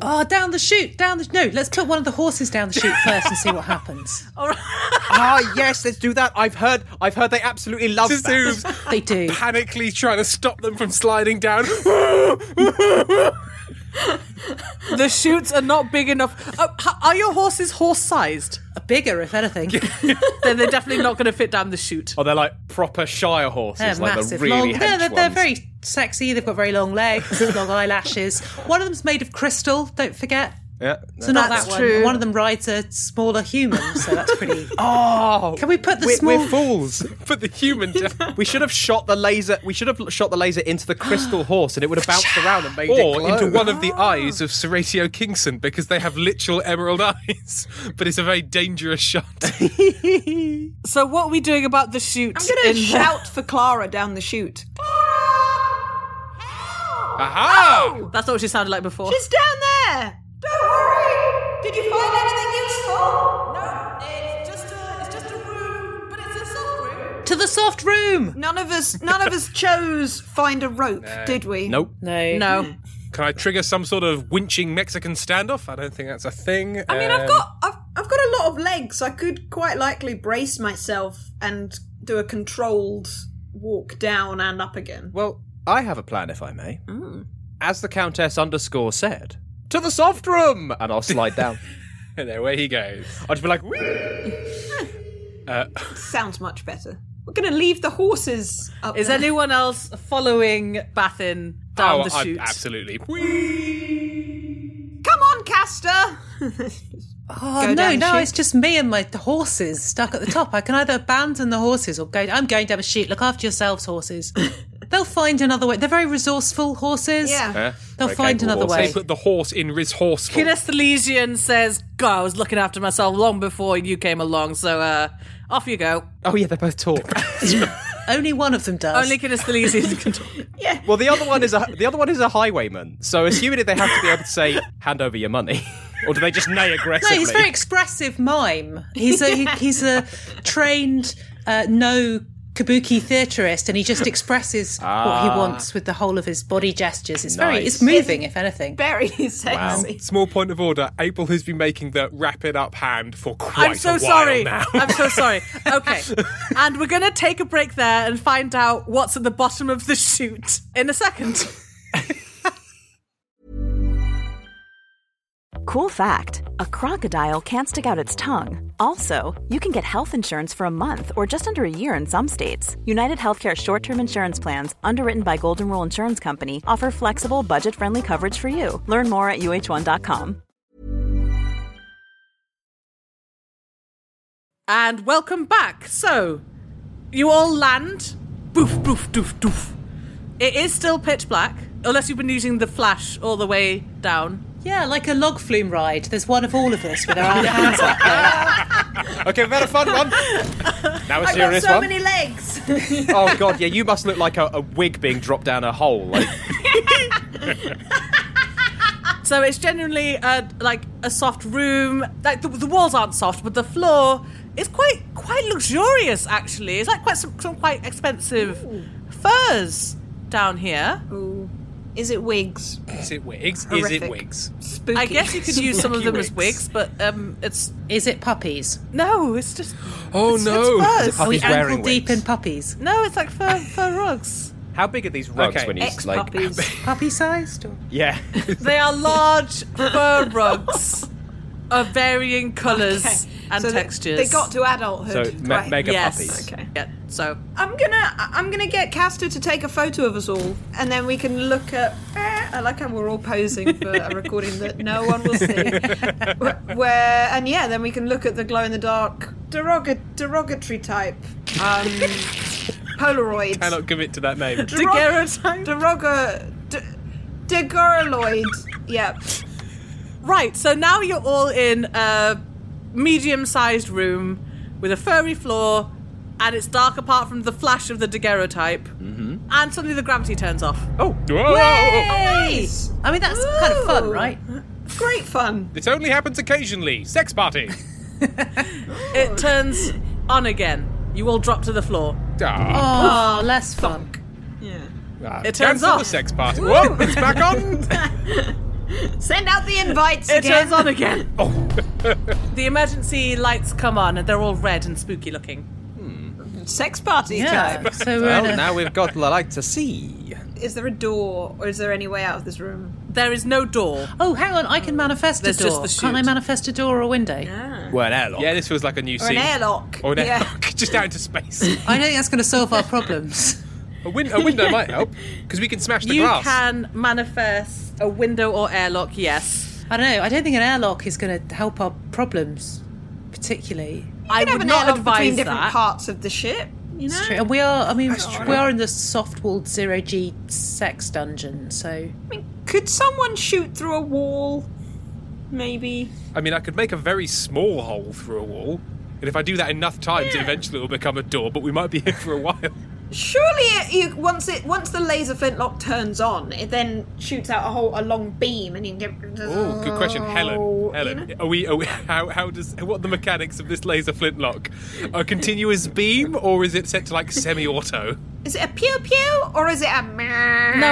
Speaker 3: Oh, down the chute, down the no. Let's put one of the horses down the chute first and see what happens.
Speaker 5: Ah, yes, let's do that. I've heard. I've heard they absolutely love
Speaker 2: Just
Speaker 5: that.
Speaker 2: who's
Speaker 3: They do.
Speaker 2: panically trying to stop them from sliding down.
Speaker 1: [LAUGHS] The chutes are not big enough. Oh, h- are your horses horse sized?
Speaker 3: Bigger, if
Speaker 5: [LAUGHS]
Speaker 3: anything.
Speaker 1: then they're definitely not going to fit down the chute.
Speaker 5: Oh, they're like proper Shire horses,
Speaker 3: They're
Speaker 5: like
Speaker 3: massive,
Speaker 5: the really
Speaker 3: long. They're,
Speaker 5: hench
Speaker 3: they're, they're
Speaker 5: ones.
Speaker 3: very sexy. They've got very long
Speaker 5: [LAUGHS]
Speaker 3: legs, long eyelashes. One of them's made of crystal. Don't forget.
Speaker 5: Yeah.
Speaker 3: So not
Speaker 4: That's
Speaker 3: that one.
Speaker 4: true.
Speaker 3: One of them rides a smaller human, so that's
Speaker 5: [LAUGHS]
Speaker 3: pretty.
Speaker 5: Oh,
Speaker 3: Can we put the
Speaker 5: we're,
Speaker 3: small?
Speaker 5: we're fools. [LAUGHS]
Speaker 2: Put the
Speaker 3: [LAUGHS]
Speaker 2: human down.
Speaker 5: We should have shot the laser. We should have shot the laser into the
Speaker 3: [GASPS]
Speaker 5: crystal horse, and it would have bounced around and made it
Speaker 2: [LAUGHS] Or
Speaker 5: glow.
Speaker 2: into one of the eyes of Horatio Kingston because they have literal emerald [LAUGHS] eyes. But it's a very dangerous shot.
Speaker 1: So what are we doing about the chute?
Speaker 4: I'm gonna
Speaker 1: in the-
Speaker 4: shout for Clara down the chute.
Speaker 2: Aha!
Speaker 1: That's not what she sounded like before.
Speaker 4: She's down there. Don't worry. Did you find anything useful? No, it's just a it's just a room, but it's a soft room.
Speaker 3: to the soft room.
Speaker 4: None of us none of us [LAUGHS] chose find a rope, did we?
Speaker 5: [LAUGHS] Nope.
Speaker 1: [LAUGHS]
Speaker 3: No,
Speaker 1: no.
Speaker 2: [LAUGHS] Can I trigger some sort of winching Mexican standoff? I don't think that's a thing.
Speaker 4: I mean, I've
Speaker 1: Um,
Speaker 4: got I've, I've got a lot of legs. I could quite likely brace myself and do a controlled walk down and up again.
Speaker 5: Well, I have a plan, if I may.
Speaker 3: Mm.
Speaker 5: As the Countess underscore said, to the soft room, and I'll slide
Speaker 3: [LAUGHS]
Speaker 5: down.
Speaker 2: And Um, [LAUGHS] there, where he goes.
Speaker 5: I'll just be like, "Whee!"
Speaker 4: [LAUGHS]
Speaker 2: Uh,
Speaker 4: Sounds much better. We're gonna leave the horses. Up
Speaker 1: Is
Speaker 4: there.
Speaker 1: anyone else following Bathin down
Speaker 2: Oh,
Speaker 1: the
Speaker 2: I-
Speaker 1: chute?
Speaker 2: absolutely.
Speaker 4: Come on, Castor. [LAUGHS]
Speaker 3: oh,
Speaker 4: Go down
Speaker 3: no,
Speaker 4: the
Speaker 3: no!
Speaker 4: chute.
Speaker 3: It's just me and my the horses stuck at the top. I can either abandon the horses or go. I'm going down a chute. Look after yourselves, horses.
Speaker 4: [LAUGHS]
Speaker 3: They'll find another way. They're very resourceful horses.
Speaker 4: yeah.
Speaker 3: They'll
Speaker 5: Very
Speaker 3: find
Speaker 5: capable
Speaker 3: another
Speaker 5: horses.
Speaker 2: They
Speaker 3: way.
Speaker 2: put the horse in Riz horse. form.
Speaker 1: Kinesthesian says, God, I was looking after myself long before you came along, so uh, off you go.
Speaker 5: Oh yeah, they both talk.
Speaker 3: Only one of them does.
Speaker 1: Only kinesthesians [LAUGHS] can talk.
Speaker 5: [LAUGHS] well, the other one is a the other one is a highwayman. So assuming that they have to be able to say, "Hand over your money," [LAUGHS] or do they just neigh aggressively?
Speaker 3: No, he's a very expressive mime. He's a
Speaker 4: [LAUGHS]
Speaker 3: he, he's a trained uh, no kabuki theaterist, and he just expresses what he wants with the whole of his body gestures. It's very
Speaker 5: Ah. Nice.
Speaker 3: it's moving, if anything.
Speaker 4: Very [LAUGHS] sexy.
Speaker 2: Small point of order. April has been making the wrap it up hand for quite
Speaker 1: I'm so
Speaker 2: a while
Speaker 1: sorry.
Speaker 2: now.
Speaker 1: I'm so
Speaker 2: [LAUGHS]
Speaker 1: sorry. Okay. and we're going to take a break there and find out what's at the bottom of the chute in a second.
Speaker 8: Cool fact a crocodile can't stick out its tongue. Also, you can get health insurance for a month or just under a year in some states. United Healthcare short term insurance plans, underwritten by Golden Rule Insurance Company, offer flexible, budget friendly coverage for you. Learn more at uh1.com.
Speaker 1: And welcome back. So, you all land. Boof, boof, doof, doof. It is still pitch black, unless you've been using the flash all the way down.
Speaker 3: Yeah, like a log flume ride. There's one of all of us
Speaker 4: [LAUGHS]
Speaker 3: with our hands up.
Speaker 5: okay, we've had a fun one. Now a serious
Speaker 4: so
Speaker 5: one.
Speaker 4: many legs.
Speaker 5: [LAUGHS] Oh god, yeah, you must look like a, a wig being dropped down a hole. Like,
Speaker 1: So it's generally a, like a soft room. Like the, the walls aren't soft, but the floor is quite quite luxurious. Actually, it's like quite some, some quite expensive furs down here.
Speaker 4: Is it wigs?
Speaker 2: [LAUGHS] Is it wigs? Is
Speaker 4: Horrific.
Speaker 2: it wigs?
Speaker 4: Spooky.
Speaker 1: I guess you
Speaker 4: [LAUGHS]
Speaker 1: could use some of them as wigs,
Speaker 2: wigs.
Speaker 1: but um, it's
Speaker 3: Is it puppies?
Speaker 1: no, it's just
Speaker 2: Oh no!
Speaker 5: Is it
Speaker 3: Are we
Speaker 5: puppies wearing
Speaker 3: ankle deep
Speaker 5: wigs?
Speaker 3: in puppies?
Speaker 1: no, it's like fur fur rugs.
Speaker 5: How big are these rugs
Speaker 2: Okay.
Speaker 5: when you
Speaker 4: Ex
Speaker 5: like?
Speaker 4: puppies.
Speaker 1: [LAUGHS]
Speaker 3: Puppy sized? Or...
Speaker 5: [LAUGHS]
Speaker 2: [LAUGHS]
Speaker 5: Yeah.
Speaker 1: They are
Speaker 4: [LAUGHS]
Speaker 1: large fur rugs of varying colours and
Speaker 4: So they-
Speaker 1: textures.
Speaker 4: They, got to adulthood.
Speaker 5: so me-
Speaker 4: right.
Speaker 5: mega
Speaker 1: yes.
Speaker 5: puppies.
Speaker 4: Okay.
Speaker 1: Yeah, so
Speaker 4: I'm gonna I'm gonna get Castor to take a photo of us all, and then we can look at. eh, I like how we're all posing for a recording that no one will
Speaker 2: [LAUGHS]
Speaker 4: see. Wh- Where and yeah, then we can look at the glow in the dark derog- derogatory type
Speaker 2: [LAUGHS]
Speaker 4: um, Polaroids.
Speaker 2: Cannot give it to that
Speaker 5: [LAUGHS]
Speaker 2: name.
Speaker 4: [LAUGHS] Derog- deroga de- degoraloid. Yep.
Speaker 1: Right, so now you're all in a medium sized room with a furry floor, and it's dark apart from the flash of the daguerreotype. Mm-hmm. And suddenly the gravity turns off.
Speaker 5: Oh.
Speaker 2: Whoa!
Speaker 4: Nice.
Speaker 3: I mean, that's kind of fun,
Speaker 4: Ooh.
Speaker 3: right?
Speaker 4: Great fun.
Speaker 2: It only happens occasionally. Sex party.
Speaker 1: It turns on again. You all drop to the floor.
Speaker 2: Ah,
Speaker 3: Oh, less fun.
Speaker 2: ah,
Speaker 1: It turns
Speaker 2: cancel the
Speaker 1: off.
Speaker 2: sex party. Whoa! It's back
Speaker 4: [LAUGHS]
Speaker 2: on.
Speaker 4: Send out the invites
Speaker 1: It
Speaker 4: again.
Speaker 1: turns on again. [LAUGHS] the emergency lights come on, and they're all red and spooky looking.
Speaker 4: Sex party
Speaker 3: Yeah.
Speaker 4: time.
Speaker 3: So we're in
Speaker 5: Well,
Speaker 3: a-
Speaker 5: now we've got the light to see.
Speaker 4: Is there a door, or is there any way out of this room?
Speaker 1: There is no door.
Speaker 3: Oh, hang on! I can manifest
Speaker 1: There's
Speaker 3: a door.
Speaker 1: just the
Speaker 3: Can't I
Speaker 1: shoot.
Speaker 3: manifest a door or a window?
Speaker 5: Well, hello.
Speaker 2: Yeah, this feels like a new
Speaker 4: Or
Speaker 2: scene.
Speaker 4: an airlock?
Speaker 2: Or an
Speaker 4: Yeah.
Speaker 5: [LAUGHS]
Speaker 2: airlock. Just out into space.
Speaker 3: I don't think that's going to solve our problems.
Speaker 2: A, win- a window might help because we can smash the
Speaker 1: you
Speaker 2: glass.
Speaker 1: can manifest a window or airlock, yes.
Speaker 3: I don't know. I don't think an airlock is going to help our problems particularly.
Speaker 1: I
Speaker 4: You
Speaker 1: would
Speaker 4: can have an
Speaker 1: not
Speaker 4: airlock
Speaker 1: advise
Speaker 4: between different
Speaker 1: that.
Speaker 4: parts of the ship. You know,
Speaker 3: It's true. And we are. I mean, we are in the soft walled zero g sex dungeon. So
Speaker 4: I mean, could someone shoot through a wall? Maybe.
Speaker 2: I mean, I could make a very small hole through a wall. And if I do that enough times, eventually it will become a door, but we might be here for a while.
Speaker 4: Surely, it, you, once it once the laser flintlock turns on, it then shoots out a whole a long beam, and you can get.
Speaker 2: Oh, good question,
Speaker 4: Oh,
Speaker 2: Helen. Helen, are we? Are we how, how does? What are the mechanics of this laser flintlock? A continuous beam, or is it set to like semi-auto?
Speaker 4: Is it a pew pew or is it a?
Speaker 1: No,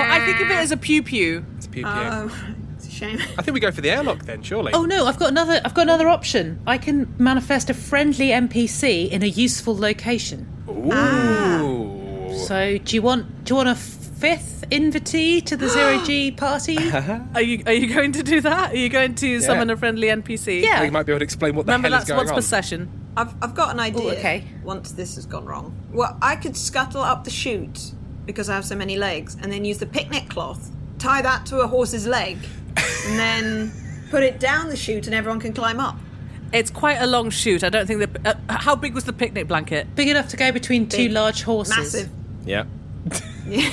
Speaker 1: I think of it as a pew pew.
Speaker 2: It's pew pew.
Speaker 4: Oh, [LAUGHS] it's a shame.
Speaker 2: I think we go for the airlock then, surely.
Speaker 3: Oh no, I've got another. I've got another option. I can manifest a friendly NPC in a useful location.
Speaker 2: Ooh.
Speaker 3: So do you want? Do you want a fifth invitee to the zero g party?
Speaker 1: Are you are you going to do that? Are you going to summon a friendly NPC?
Speaker 3: Yeah.
Speaker 2: We might be able to explain what the
Speaker 1: Remember
Speaker 2: hell is
Speaker 1: that's
Speaker 2: going
Speaker 1: once per
Speaker 2: on.
Speaker 1: session.
Speaker 4: I've, I've got an idea.
Speaker 3: okay.
Speaker 4: Once this has gone wrong, well, I could scuttle up the chute because I have so many legs, and then use the picnic cloth, tie that to a horse's leg,
Speaker 3: [LAUGHS]
Speaker 4: and then put it down the chute, and everyone can climb up.
Speaker 1: It's quite a long shoot. I don't think the uh, how big was the picnic blanket?
Speaker 3: Big enough to go between two large horses.
Speaker 4: Massive.
Speaker 5: Yeah.
Speaker 4: [LAUGHS]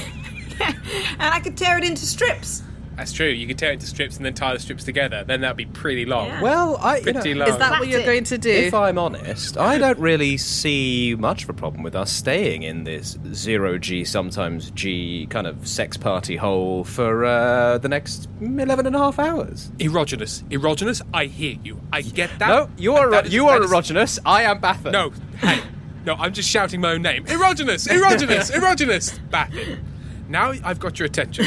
Speaker 4: And I could tear it into strips.
Speaker 2: That's true. You could tear it into strips and then tie the strips together. Then that'd be pretty long.
Speaker 4: Yeah.
Speaker 5: Well, I. You know,
Speaker 2: Pretty
Speaker 1: Is
Speaker 2: long.
Speaker 1: that what
Speaker 4: That's
Speaker 1: you're
Speaker 4: it.
Speaker 1: going to do?
Speaker 5: Oh. If I'm honest, I don't really see much of a problem with us staying in this zero G, sometimes G kind of sex party hole for uh, the next 11 and a half hours.
Speaker 2: Erogenous. Erogenous, I hear you. I get that.
Speaker 5: No, you are,
Speaker 2: And that is-
Speaker 5: you are
Speaker 2: that is-
Speaker 5: erogenous. I am Baffin.
Speaker 2: No, hey. No, I'm just shouting my own name. Erogenous,
Speaker 5: [LAUGHS]
Speaker 2: erogenous, erogenous. Baffin. Now I've got your attention.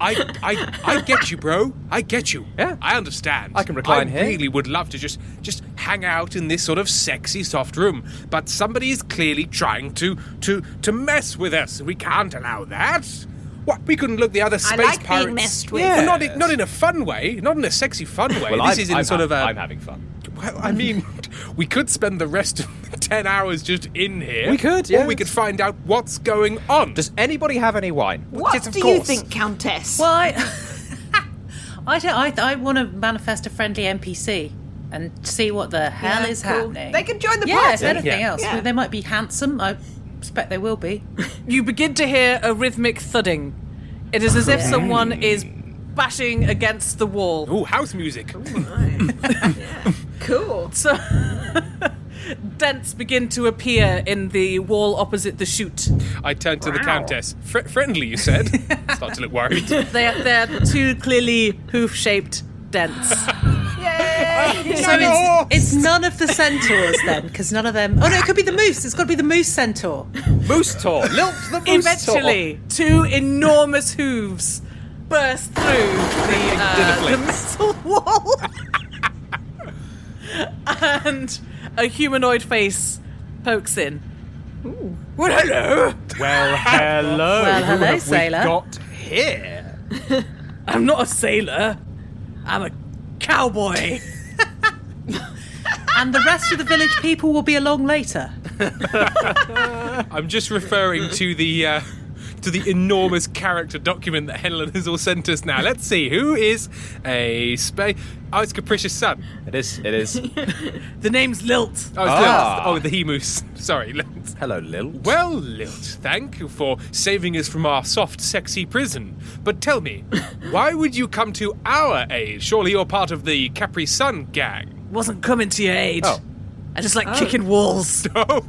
Speaker 2: I, I, I get you, bro. I get you.
Speaker 5: Yeah.
Speaker 2: I understand.
Speaker 5: I can recline
Speaker 2: I
Speaker 5: here.
Speaker 2: really would love to just, just hang out in this sort of sexy, soft room. But somebody is clearly trying to, to, to mess with us. We can't allow that. What? We couldn't look the other space
Speaker 4: I like
Speaker 2: pirates.
Speaker 4: being messed with.
Speaker 2: Well, not,
Speaker 5: Yes.
Speaker 2: in, not in a fun way, not in a sexy
Speaker 5: [LAUGHS]
Speaker 2: fun way.
Speaker 5: Well,
Speaker 2: this
Speaker 5: I'm,
Speaker 2: is in
Speaker 5: I'm
Speaker 2: sort
Speaker 5: ha-
Speaker 2: of a.
Speaker 5: I'm having fun.
Speaker 2: Well, I mean, [LAUGHS] we could spend the rest of the [LAUGHS] 10 hours just in here.
Speaker 5: We could,
Speaker 2: Or we
Speaker 5: yes.
Speaker 2: could find out what's going on.
Speaker 5: Does anybody have any wine?
Speaker 4: What
Speaker 2: yes, of
Speaker 4: do you
Speaker 2: course.
Speaker 4: think, Countess?
Speaker 3: Well, I, [LAUGHS] I don't. I, I want to manifest a friendly NPC and see what the hell
Speaker 4: Yeah,
Speaker 3: is
Speaker 4: cool.
Speaker 3: happening.
Speaker 4: They could join the
Speaker 3: yeah, if
Speaker 4: party.
Speaker 3: anything
Speaker 5: Yeah.
Speaker 3: else,
Speaker 4: Yeah.
Speaker 3: they might be handsome. I expect they will be.
Speaker 1: you begin to hear a rhythmic thudding. It is as if someone is bashing against the wall.
Speaker 2: Ooh, house music.
Speaker 4: cool.
Speaker 1: So [LAUGHS] dents begin to appear in the wall opposite the chute.
Speaker 2: [LAUGHS] I turned to the Countess. Fr- friendly, you
Speaker 5: [LAUGHS]
Speaker 2: said? Start to look worried.
Speaker 1: They are, they are two clearly hoof shaped dents.
Speaker 4: Yay!
Speaker 3: So it's, it's none of the centaurs then, because none of them. Oh no, it could be the moose. It's got to be the
Speaker 1: [LAUGHS]
Speaker 3: moose centaur.
Speaker 5: Moose Tor,
Speaker 4: [LAUGHS]
Speaker 5: Lilt the Moose Tor.
Speaker 1: Eventually, two enormous hooves burst through the, uh, the metal [LAUGHS] wall, and a humanoid face pokes in. Well, hello.
Speaker 5: Well, hello.
Speaker 3: Well, hello,
Speaker 5: Who have
Speaker 3: sailor.
Speaker 5: We got here.
Speaker 1: I'm not a sailor. I'm a cowboy.
Speaker 3: And the rest of the village people will be along later.
Speaker 2: I'm just referring to the uh, to the enormous character document that Helen has all sent us. Now, let's see who is a space. Oh, it's Capricious Sun.
Speaker 5: It is. It is.
Speaker 4: [LAUGHS]
Speaker 1: the name's Lilt.
Speaker 2: Oh, it's
Speaker 5: Ah.
Speaker 2: Lilt. Oh, the he moose. [LAUGHS] Sorry, Lilt.
Speaker 5: hello, Lilt.
Speaker 2: Well, Lilt, thank you for saving us from our soft, sexy prison. But tell
Speaker 5: [LAUGHS]
Speaker 2: me, why would you come to our aid? Surely you're part of the Capri Sun gang.
Speaker 1: Wasn't coming to your aid.
Speaker 5: Oh.
Speaker 1: I just like kicking
Speaker 5: [LAUGHS]
Speaker 1: walls.
Speaker 2: Oh,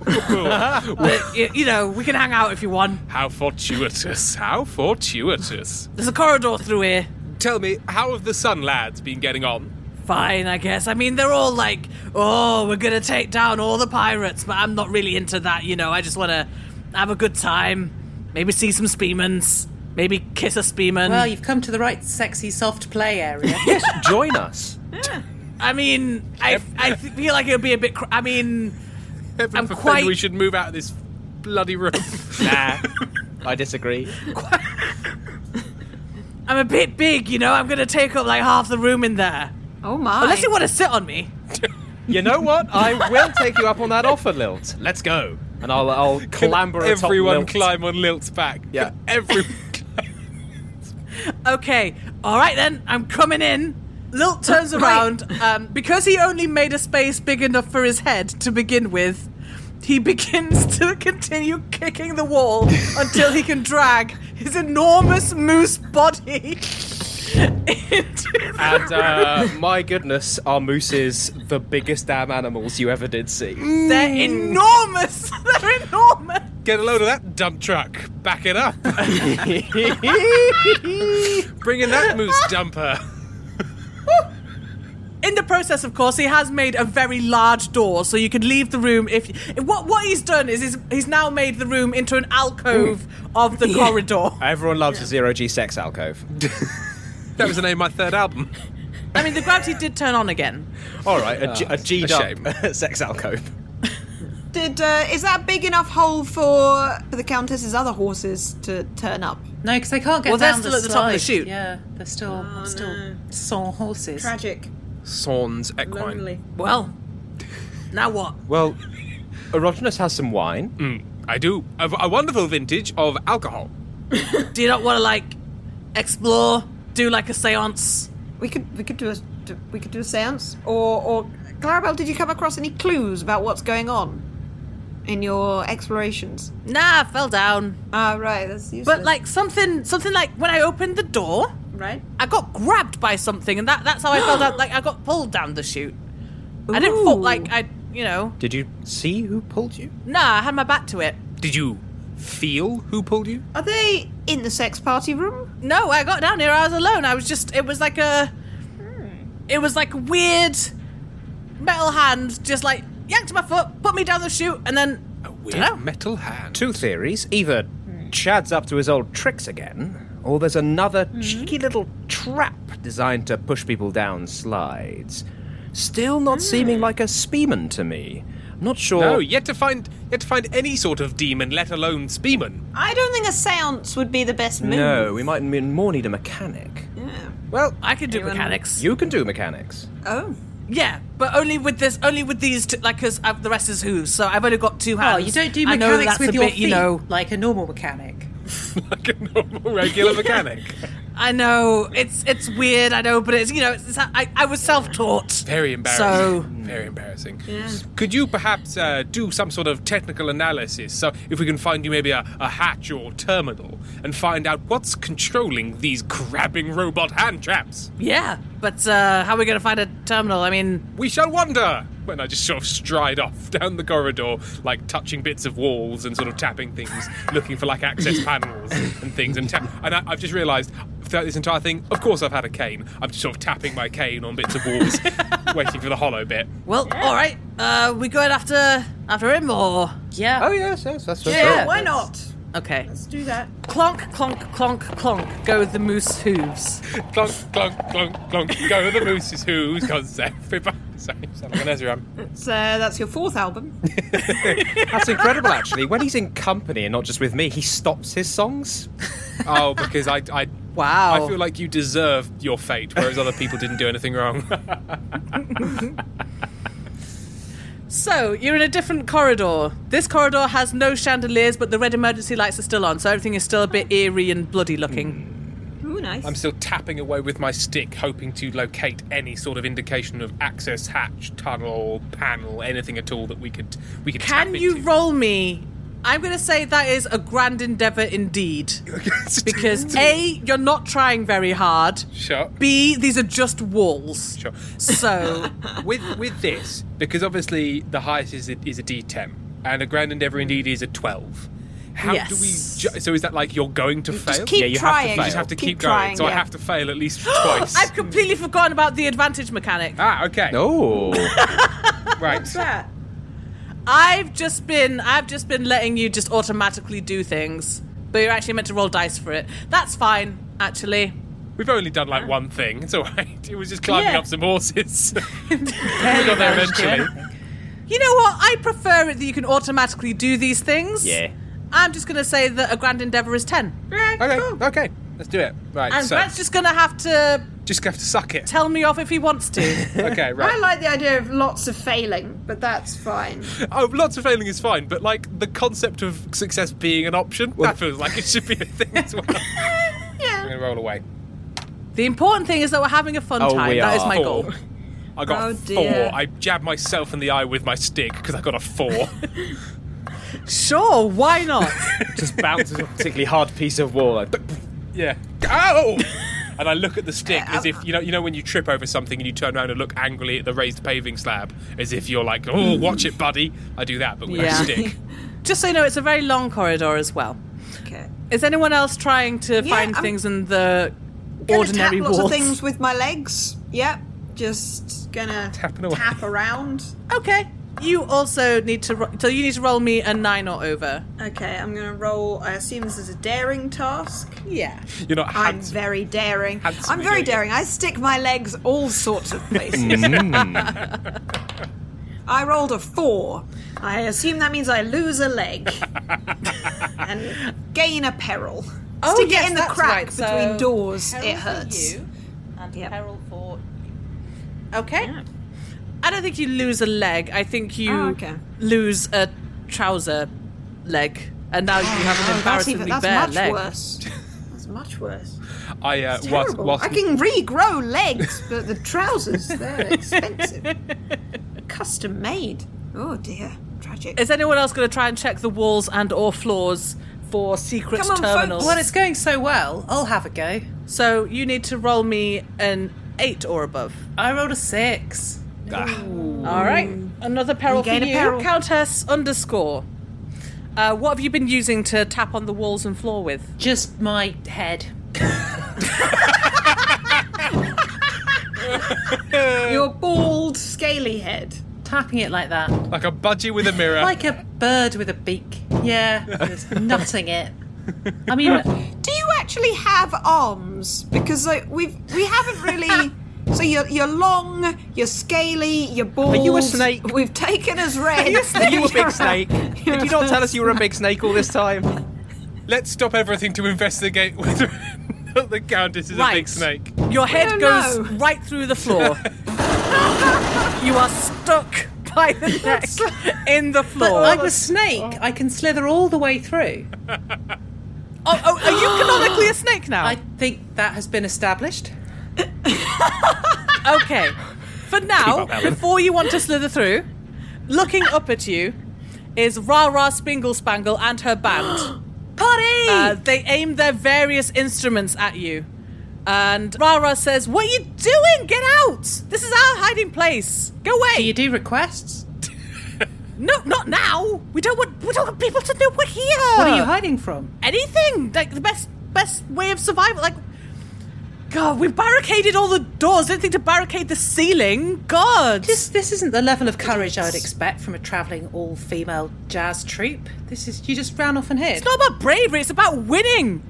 Speaker 1: [LAUGHS] But, y- you know, we can hang out if you want.
Speaker 2: how fortuitous! How fortuitous!
Speaker 1: There's a corridor through here.
Speaker 2: Tell me, how have the Sun lads been getting on?
Speaker 1: Fine, I guess. I mean, they're all like, oh, we're going to take down all the pirates, but I'm not really into that, you know. I just want to have a good time. Maybe see some Speemans. Maybe kiss a Speeman.
Speaker 3: Well, you've come to the right sexy soft
Speaker 1: [LAUGHS]
Speaker 3: play area.
Speaker 5: Yes, join us.
Speaker 1: I mean, I, I th- feel like it would be a bit. Cr- I mean,
Speaker 2: Heaven
Speaker 1: I'm
Speaker 2: forbid
Speaker 1: quite-
Speaker 2: we should move out of this bloody room.
Speaker 5: [LAUGHS] nah, I disagree.
Speaker 1: I'm a bit big, you know. I'm going to take up like half the room in there.
Speaker 4: Oh my.
Speaker 1: Unless you want to sit on me.
Speaker 5: You know what? I will take you up on that offer, Lilt. Let's go. And I'll, I'll clamber atop
Speaker 2: everyone
Speaker 5: Lilt.
Speaker 2: climb on Lilt's back.
Speaker 5: Yeah.
Speaker 2: Can
Speaker 5: [LAUGHS]
Speaker 2: everyone.
Speaker 1: Okay, all right then, I'm coming in. Lilt turns around. Um, because he only made a space big enough for his head to begin with, he [LAUGHS] begins to continue kicking the wall until he can drag his enormous moose body [LAUGHS] into the
Speaker 5: And uh, my goodness, are mooses the biggest damn animals you ever did see?
Speaker 1: They're enormous! [LAUGHS] They're enormous!
Speaker 2: Get a load of that dump truck. Back it up. Bring in that moose dumper.
Speaker 1: In the process, of course, he has made a very large door, so you can leave the room if. What what he's done is he's, he's now made the room into an alcove of the corridor.
Speaker 5: Everyone loves a zero G sex alcove.
Speaker 2: That was the name of my third album.
Speaker 1: I mean, the gravity did turn on again.
Speaker 5: All right, a, G- Ah, a G'd
Speaker 2: shame.
Speaker 5: up [LAUGHS] sex alcove.
Speaker 4: Did uh, is that a big enough hole for the Countess's other horses to turn up?
Speaker 3: No, because they can't get
Speaker 1: Well, they're
Speaker 3: down
Speaker 1: still at the top of the
Speaker 3: slide.
Speaker 1: chute.
Speaker 3: Yeah, they're still
Speaker 4: Oh,
Speaker 3: still sans horses.
Speaker 4: Tragic.
Speaker 2: Sans Equine.
Speaker 4: Lonely.
Speaker 1: Well, now what?
Speaker 5: Well, Erogenous has some wine.
Speaker 2: Hmm. I do. A, a wonderful vintage of alcohol.
Speaker 1: Do you not want to like explore, do like a séance?
Speaker 4: We could we could do a do- we could do a séance or or Clarabelle, did you come across any clues about what's going on in your explorations?
Speaker 1: Nah, I fell down.
Speaker 4: Ah, right, that's useless.
Speaker 1: But like something, something like when I opened the door,
Speaker 4: right?
Speaker 1: I got grabbed by something, and that, that's how I fell down. Like I got pulled down the chute. I didn't fall. Like I, you know,
Speaker 5: Did you see who pulled you?
Speaker 1: nah, I had my back to it.
Speaker 2: Did you feel who pulled you?
Speaker 4: Are they in the sex party room?
Speaker 1: No, I got down here. I was alone. I was just. It was like a. It was like a weird metal hand, just like yanked my foot, put me down the chute, and then
Speaker 2: A weird
Speaker 1: Dunno.
Speaker 2: metal hand.
Speaker 5: Two theories. Either Chad's up to his old tricks again, or there's another
Speaker 4: Hmm.
Speaker 5: cheeky little trap designed to push people down slides. Still not
Speaker 4: Hmm.
Speaker 5: seeming like a speeman to me. Not sure.
Speaker 2: No, yet to find yet to find any sort of demon, let alone speeman.
Speaker 4: I don't think a séance would be the best move.
Speaker 5: No, we might ne- more need a mechanic.
Speaker 4: Hmm.
Speaker 5: Well,
Speaker 1: I could do mechanics.
Speaker 5: you can do mechanics.
Speaker 4: Oh,
Speaker 1: Yeah, but only with this, only with these, two, like, cause I've, the rest is hooves. So I've only got two hands.
Speaker 3: Oh, you don't do
Speaker 1: I know
Speaker 3: mechanics
Speaker 1: that's
Speaker 3: with
Speaker 1: a
Speaker 3: your
Speaker 1: bit,
Speaker 3: feet,
Speaker 1: You know,
Speaker 3: like a normal mechanic.
Speaker 2: Like a normal regular mechanic.
Speaker 1: I know it's it's weird. I know, but it's you know, it's, it's- I I was self taught.
Speaker 2: Very embarrassing.
Speaker 1: So-
Speaker 2: Very embarrassing. Could you perhaps uh, do some sort of technical analysis? So, if we can find you maybe a, a hatch or terminal and find out what's controlling these grabbing robot hand traps?
Speaker 1: Yeah, but uh, how are we gonna find a terminal? I mean,
Speaker 2: We shall wonder! When I just sort of stride off [LAUGHS] down the corridor, like touching bits of walls and sort of tapping things, looking for like access panels and things. And, tap- and I, I've just realised throughout this entire thing, of course I've had a cane. I'm just sort of tapping my cane on bits of walls, waiting for the hollow bit.
Speaker 1: Well, all right. Uh, we going after after him or
Speaker 5: Oh
Speaker 1: yeah?
Speaker 5: yes, yes, that's
Speaker 1: Yeah.
Speaker 5: sure.
Speaker 4: Why not?
Speaker 1: Okay.
Speaker 4: Let's do that.
Speaker 1: Clonk, clonk, clonk, clonk. Go the moose hooves.
Speaker 2: Clunk, clunk, clunk, clunk. Go the moose's who's cause everybody. Sorry, sound like an Ezram.
Speaker 4: So that's your fourth album.
Speaker 5: [LAUGHS] That's incredible, actually. When he's in company and not just with me, he stops his songs.
Speaker 2: Oh, because I, I,
Speaker 1: Wow.
Speaker 2: I feel like you deserve your fate, whereas other people didn't do anything wrong.
Speaker 1: So, you're in a different corridor. This corridor has no chandeliers, but the red emergency lights are still on, so everything is still a bit eerie and bloody
Speaker 2: Hmm,
Speaker 1: looking.
Speaker 4: [LAUGHS] Ooh,
Speaker 2: [LAUGHS]
Speaker 4: nice.
Speaker 2: I'm still tapping away with my stick, hoping to locate any sort of indication of access, hatch, tunnel, panel, anything at all that we could we could.
Speaker 1: Can
Speaker 2: tap
Speaker 1: you
Speaker 2: into.
Speaker 1: roll me? I'm going to say that is a grand endeavor indeed.
Speaker 2: [LAUGHS]
Speaker 1: Because A, you're not trying very hard.
Speaker 2: Sure.
Speaker 1: B, these are just walls.
Speaker 2: Sure. [LAUGHS]
Speaker 1: So,
Speaker 2: with with this, because obviously the highest is a, is a D10, and a grand endeavor indeed is a 12. How do
Speaker 1: Yes.
Speaker 2: we? Ju- so is that like you're going to fail?
Speaker 4: Just keep
Speaker 5: Yeah, you have to
Speaker 4: trying.
Speaker 5: fail.
Speaker 2: I just have to keep,
Speaker 4: Keep
Speaker 2: going.
Speaker 4: trying,
Speaker 2: so I
Speaker 4: yeah.
Speaker 2: have to fail at
Speaker 4: [GASPS]
Speaker 2: least twice.
Speaker 1: I've completely forgotten about the advantage mechanic.
Speaker 2: ah, okay.
Speaker 5: [LAUGHS] Oh,
Speaker 2: Right.
Speaker 4: that?
Speaker 1: I've just been I've just been letting you just automatically do things, but you're actually meant to roll dice for it. That's fine, actually.
Speaker 2: We've only done like one thing. It's all right. It was just climbing
Speaker 4: Yeah.
Speaker 2: up some
Speaker 4: [LAUGHS]
Speaker 2: horses. [LAUGHS] we got there eventually.
Speaker 1: You know what? I prefer it that you can automatically do these things.
Speaker 5: yeah.
Speaker 1: I'm just going to say that a grand endeavor is 10.
Speaker 2: Okay. Okay. Let's do it. Right.
Speaker 1: And
Speaker 2: so
Speaker 1: Brad's just going to have to
Speaker 2: just have to suck it.
Speaker 1: tell me off if he wants to.
Speaker 5: [LAUGHS]
Speaker 2: Okay.
Speaker 7: I
Speaker 2: Right.
Speaker 7: like the idea of lots of failing, but that's fine.
Speaker 2: Oh, lots of failing is fine, but like the concept of success being an option, that feels like it should be a thing as well. I'm gonna roll away.
Speaker 1: the important thing is that we're having a fun
Speaker 5: Oh,
Speaker 1: time.
Speaker 5: we
Speaker 1: That is
Speaker 5: are.
Speaker 1: my
Speaker 2: Four.
Speaker 1: goal.
Speaker 2: I got
Speaker 4: Oh,
Speaker 2: four.
Speaker 4: dear.
Speaker 2: I jabbed myself in the eye with my stick because I got a [LAUGHS] four.
Speaker 1: Sure,
Speaker 5: [LAUGHS]
Speaker 1: why not?
Speaker 5: Just bounces a particularly hard piece of wall. Like, [LAUGHS]
Speaker 2: yeah. Ow! And I look at the stick as if you know you know when you trip over something and you turn around and look angrily at the raised paving slab as if you're like, oh, watch it, buddy. I do that, but with
Speaker 1: Yeah.
Speaker 2: a stick.
Speaker 1: just so you know, it's a very long corridor as well.
Speaker 4: Okay.
Speaker 1: Is anyone else trying to find
Speaker 4: I'm
Speaker 1: things in the
Speaker 4: Gonna
Speaker 1: ordinary
Speaker 4: tap lots
Speaker 1: walls?
Speaker 4: of things with my legs. Yep. Just gonna
Speaker 2: Tapping away.
Speaker 4: tap around.
Speaker 1: Okay. You also need to. ro- So you need to roll me a nine or over.
Speaker 4: Okay, I'm gonna roll. I assume this is a daring task.
Speaker 1: Yeah.
Speaker 2: You're not
Speaker 4: I'm
Speaker 2: handsome.
Speaker 4: very daring.
Speaker 2: handsome,
Speaker 4: I'm very
Speaker 2: yeah, yeah.
Speaker 4: daring. I stick my legs all sorts of
Speaker 1: [LAUGHS]
Speaker 4: places.
Speaker 1: Mm.
Speaker 4: I rolled a four. I assume that means I lose a
Speaker 1: [LAUGHS]
Speaker 4: leg and gain a peril.
Speaker 1: Oh,
Speaker 4: Stick
Speaker 1: yes,
Speaker 4: it in the
Speaker 1: that's
Speaker 4: crack
Speaker 1: right. So,
Speaker 4: between doors. It hurts.
Speaker 1: and
Speaker 4: Yep.
Speaker 1: peril for. Okay. I don't think you lose a leg. I think you
Speaker 4: Oh, okay.
Speaker 1: lose a trouser leg, and now you have an
Speaker 4: Oh, that's
Speaker 1: embarrassingly
Speaker 4: even that's
Speaker 1: bare
Speaker 4: much
Speaker 1: leg.
Speaker 4: worse. That's much worse.
Speaker 2: I uh, whilst,
Speaker 4: Terrible.
Speaker 2: whilst
Speaker 4: I can regrow legs, but the trousers
Speaker 5: [LAUGHS]
Speaker 4: they're expensive, custom made. Oh dear, tragic.
Speaker 1: Is anyone else going to try and check the walls and or floors for secret
Speaker 4: Come on, folks.
Speaker 1: terminals?
Speaker 3: Well, it's going so well. I'll have a go.
Speaker 1: So you need to roll me an eight or above.
Speaker 3: I rolled a six.
Speaker 1: All right, another peril for
Speaker 4: Mm. gain a
Speaker 1: you,
Speaker 4: peril.
Speaker 1: Countess underscore. Uh, what have you been using to tap on the walls and floor with?
Speaker 3: Just my head.
Speaker 4: Your bald, scaly head.
Speaker 3: Tapping it like that.
Speaker 2: like a budgie with a mirror.
Speaker 3: Like a bird with a beak. Yeah. Just nutting it. I [LAUGHS] mean,
Speaker 4: Do you actually have arms? Because like, we've we haven't [LAUGHS] really. So you're, you're long, you're scaly, you're bald.
Speaker 5: you a snake?
Speaker 4: We've taken as read.
Speaker 5: Are [LAUGHS] you a big
Speaker 4: [LAUGHS]
Speaker 5: snake? Did you not tell us you were a big snake all this time?
Speaker 2: Let's stop everything to investigate whether or not the Countess is a
Speaker 1: Right.
Speaker 2: big snake.
Speaker 1: Your head
Speaker 4: don't
Speaker 1: goes
Speaker 3: [LAUGHS]
Speaker 4: know.
Speaker 1: right through the floor. you are stuck by the neck in the floor.
Speaker 3: I'm a snake. I can slither all the way through.
Speaker 1: oh, oh, are you canonically a snake now?
Speaker 3: I think that has been established.
Speaker 1: okay.
Speaker 3: [LAUGHS]
Speaker 1: For now, before you want to slither through, looking up at you is Ra Ra Spingle Spangle and her
Speaker 3: [GASPS]
Speaker 1: band.
Speaker 3: Potty!
Speaker 1: Uh, they aim their various instruments at you. And Rara says, What are you doing? Get out! This is our hiding place. Go away!
Speaker 3: do you do requests?
Speaker 1: no, not now! We don't want we don't want people to know we're here.
Speaker 3: What are you hiding from?
Speaker 1: Anything? Like the best best way of survival. Like God, we barricaded all the doors. Anything to barricade the ceiling. God.
Speaker 3: This this isn't the level of courage I would expect from a travelling all female jazz troupe. This is you just ran off and hid.
Speaker 1: It's not about bravery, it's about winning.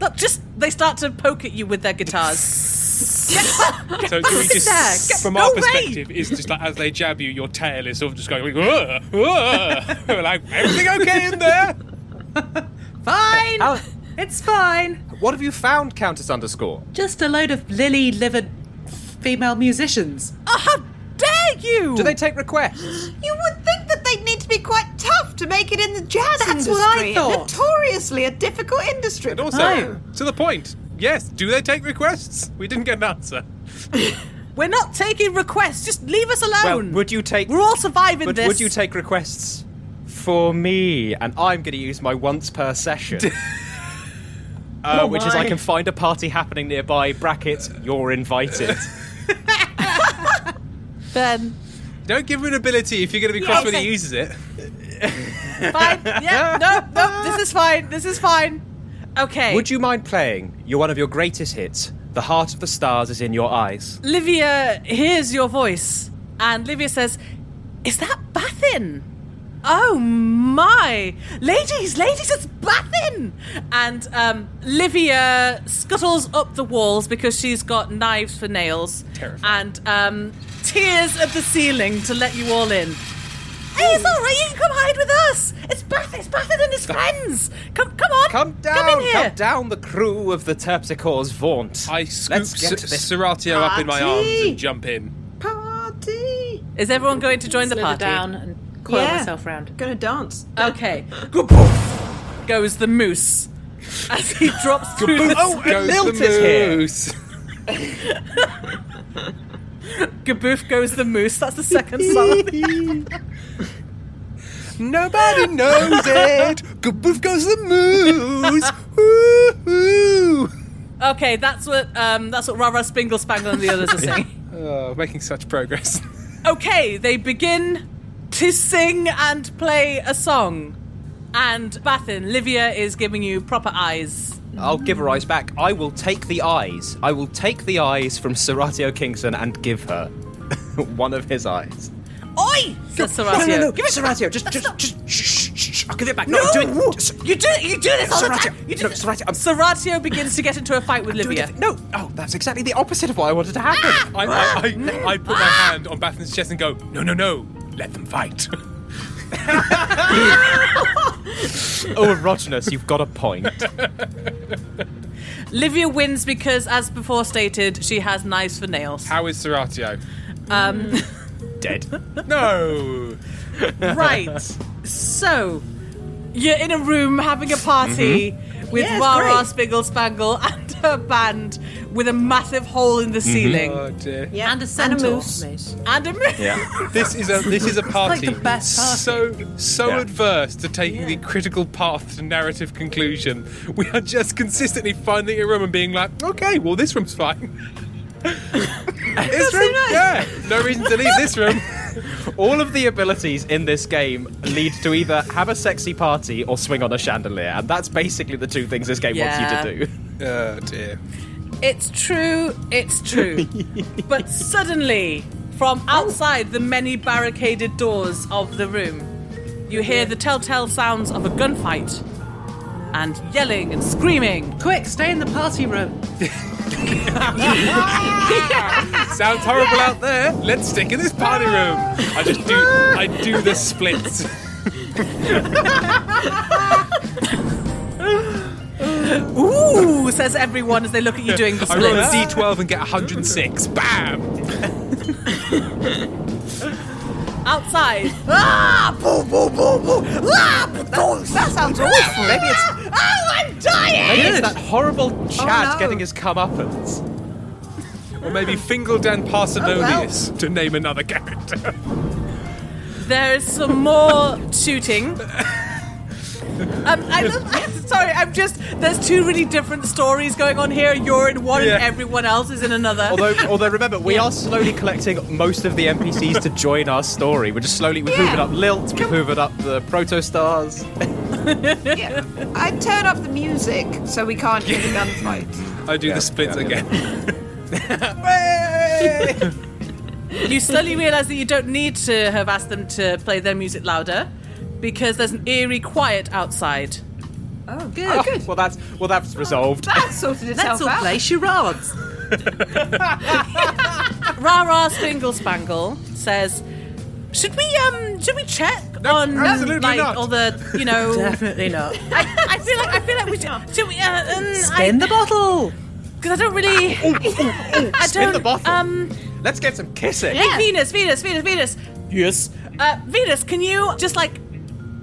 Speaker 1: Look, just they start to poke at you with their guitars.
Speaker 2: So do we just,
Speaker 1: there, get-
Speaker 2: from
Speaker 1: go
Speaker 2: our
Speaker 1: away.
Speaker 2: perspective, it's just like as they jab you, your tail is sort of just going, "Whoa,
Speaker 5: [LAUGHS]
Speaker 2: whoa." [LAUGHS] We're like, everything okay in there?
Speaker 3: fine.
Speaker 5: Al-
Speaker 3: It's fine.
Speaker 5: What have you found, Countess Underscore?
Speaker 3: Just a load of lily-livered female musicians.
Speaker 1: oh, how dare you!
Speaker 5: Do they take requests?
Speaker 4: You would think that they'd need to be quite tough to make it in the jazz
Speaker 3: That's
Speaker 4: industry.
Speaker 3: what I thought.
Speaker 4: Notoriously a difficult industry.
Speaker 2: And also,
Speaker 1: Oh.
Speaker 2: to the point, yes, do they take requests? We didn't get an answer.
Speaker 1: We're not taking requests. Just leave us
Speaker 5: Well,
Speaker 1: alone.
Speaker 5: would you take?
Speaker 1: We're all surviving
Speaker 5: But
Speaker 1: this.
Speaker 5: would you take requests for me? And I'm going to use my once
Speaker 1: [LAUGHS]
Speaker 5: per session. Uh,
Speaker 1: Oh
Speaker 5: which is I can find a party happening nearby. Brackets, you're
Speaker 1: [LAUGHS]
Speaker 5: invited.
Speaker 1: Ben?
Speaker 2: Don't give her an ability if you're going to be cross when he uses it.
Speaker 1: Fine. Yeah. No. No. This is fine. This is fine. Okay.
Speaker 5: Would you mind playing? You're one of your greatest hits. The heart of the stars is in your eyes.
Speaker 1: Livia hears your voice, and Livia says, "Is that Bathin?" Oh my, ladies, ladies, it's Bathin! And um, Livia scuttles up the walls because she's got knives for nails,
Speaker 2: Terrifying.
Speaker 1: and um, tears at the ceiling to let you all in. Hey, it's all right. You can come hide with us. It's Bathin. It's Bathin and his friends. Come, come on.
Speaker 5: Come down,
Speaker 1: Come in here.
Speaker 5: come down, the crew of the Terpsichore's vaunt.
Speaker 2: I scoop
Speaker 5: Let's
Speaker 2: S-
Speaker 5: get this.
Speaker 2: Serratio up in my arms
Speaker 4: Party.
Speaker 2: and jump in.
Speaker 4: Party.
Speaker 1: Is everyone going to join the
Speaker 3: Slither
Speaker 1: party?
Speaker 3: down and coil
Speaker 4: Yeah.
Speaker 3: myself round.
Speaker 4: Gonna dance.
Speaker 1: Okay. Gaboof goes the moose as he drops through. The,
Speaker 5: [LAUGHS] Oh, and
Speaker 2: Goes
Speaker 5: Milt
Speaker 2: the
Speaker 5: is here.
Speaker 2: moose.
Speaker 1: Gaboof goes the moose. That's the second song.
Speaker 5: [LAUGHS] Nobody knows it. Kaboof goes the moose. Woo-hoo.
Speaker 1: Okay, that's what um, that's what Rara Spingle Spangle and the others are singing.
Speaker 2: Oh, making such progress.
Speaker 1: Okay, they begin to sing and play a song, and Bathin Livia is giving you proper eyes.
Speaker 5: I'll give her eyes back. I will take the eyes. I will take the eyes from Serratio Kingston and give her [LAUGHS] one of his eyes.
Speaker 1: Oi! Says Serratio.
Speaker 5: Give it Serratio. Just, just, just, shh, shh, shh. I'll give it back. No,
Speaker 1: No,
Speaker 5: do it.
Speaker 1: You do you do this all the
Speaker 5: Serratio.
Speaker 1: time. You do
Speaker 5: No,
Speaker 1: this.
Speaker 5: Serratio, I'm-
Speaker 1: Serratio begins to get into a fight with
Speaker 5: Doing
Speaker 1: Livia.
Speaker 5: it. No. Oh, that's exactly the opposite of what I wanted to happen.
Speaker 2: [LAUGHS] I, I, I, I put my hand on Bathin's chest and go, no, no, no, let them fight.
Speaker 5: [LAUGHS] Oh, Erogenous, you've got a point.
Speaker 1: Livia wins because, as before stated, she has knives for nails.
Speaker 2: How is Serratio?
Speaker 5: Dead.
Speaker 2: No!
Speaker 1: Right. so, you're in a room having a party with Rara Spiggle Spangle [LAUGHS] and her band with a massive hole in the ceiling
Speaker 2: Oh dear.
Speaker 4: Yeah.
Speaker 3: And a centaur.
Speaker 4: moose.
Speaker 1: and a moon.
Speaker 2: This is a this is a party
Speaker 3: the best party.
Speaker 2: so so
Speaker 5: Yeah.
Speaker 2: adverse to taking the critical path to narrative conclusion. We are just consistently finding a room and being like, okay, well this room's
Speaker 3: [LAUGHS]
Speaker 2: fine. this room, yeah, no reason to leave this room.
Speaker 5: [LAUGHS] All of the abilities in this game lead to either have a sexy party or swing on a chandelier, and that's basically the two things this game wants you to
Speaker 1: Yeah.
Speaker 5: do.
Speaker 2: Oh dear.
Speaker 1: [LAUGHS] It's true, it's true. [LAUGHS] Oh. but suddenly, from outside the many barricaded doors of the room, you hear the telltale sounds of a gunfight and yelling and screaming.
Speaker 3: Quick, stay in the party room.
Speaker 2: Sounds horrible out there. Let's stick in this party room. I just do I do
Speaker 3: [LAUGHS]
Speaker 2: the splits.
Speaker 1: Ooh, [LAUGHS] says everyone as they look at you doing the
Speaker 2: [LAUGHS] I roll a
Speaker 1: splits.
Speaker 2: D12 and get 106. Bam!
Speaker 1: Outside,
Speaker 4: Ah, boo, boo, boo, boo. Ah, that, that sounds awful. Maybe it's. Oh, I'm dying.
Speaker 5: Maybe it's that horrible Chad
Speaker 4: no.
Speaker 5: getting his comeuppance.
Speaker 2: Or maybe Fingaldan Parsimonious to name another character.
Speaker 1: There is some more shooting. Um, I love, [LAUGHS] I'm sorry, I'm just. There's two really different stories going on here. You're in one,
Speaker 2: Yeah.
Speaker 1: and everyone else is in another.
Speaker 5: Although, although remember, we are slowly collecting most of the NPCs to join our story. We're just slowly we've hoovered up Lilt, we've hoovered up the Protostars.
Speaker 4: Yeah. I turn up the music so we can't hear the gunfight.
Speaker 2: I do the splits
Speaker 5: yeah, yeah.
Speaker 2: again.
Speaker 1: You slowly realise that you don't need to have asked them to play their music louder because there's an eerie quiet outside.
Speaker 4: Oh, good. Oh, good.
Speaker 5: [LAUGHS] Well, that's well, that's resolved.
Speaker 4: That sorted itself
Speaker 1: Let's all
Speaker 4: out.
Speaker 1: play charades. Ra Ra Spingle Spangle says, "Should we um? Should we check on um,
Speaker 2: absolutely
Speaker 1: like
Speaker 2: not.
Speaker 1: all the you know?
Speaker 3: [LAUGHS] Definitely not.
Speaker 1: I, I feel like I feel like we should. Should we? Uh, um,
Speaker 3: Spin the bottle.
Speaker 1: because I don't really.
Speaker 2: Ah,
Speaker 1: [LAUGHS] I
Speaker 5: Spin the
Speaker 1: don't-
Speaker 5: bottle.
Speaker 1: Um,
Speaker 5: Let's get some kissing.
Speaker 1: Hey, Venus, Venus, Venus, Venus. Yes. Uh, Venus, can you just like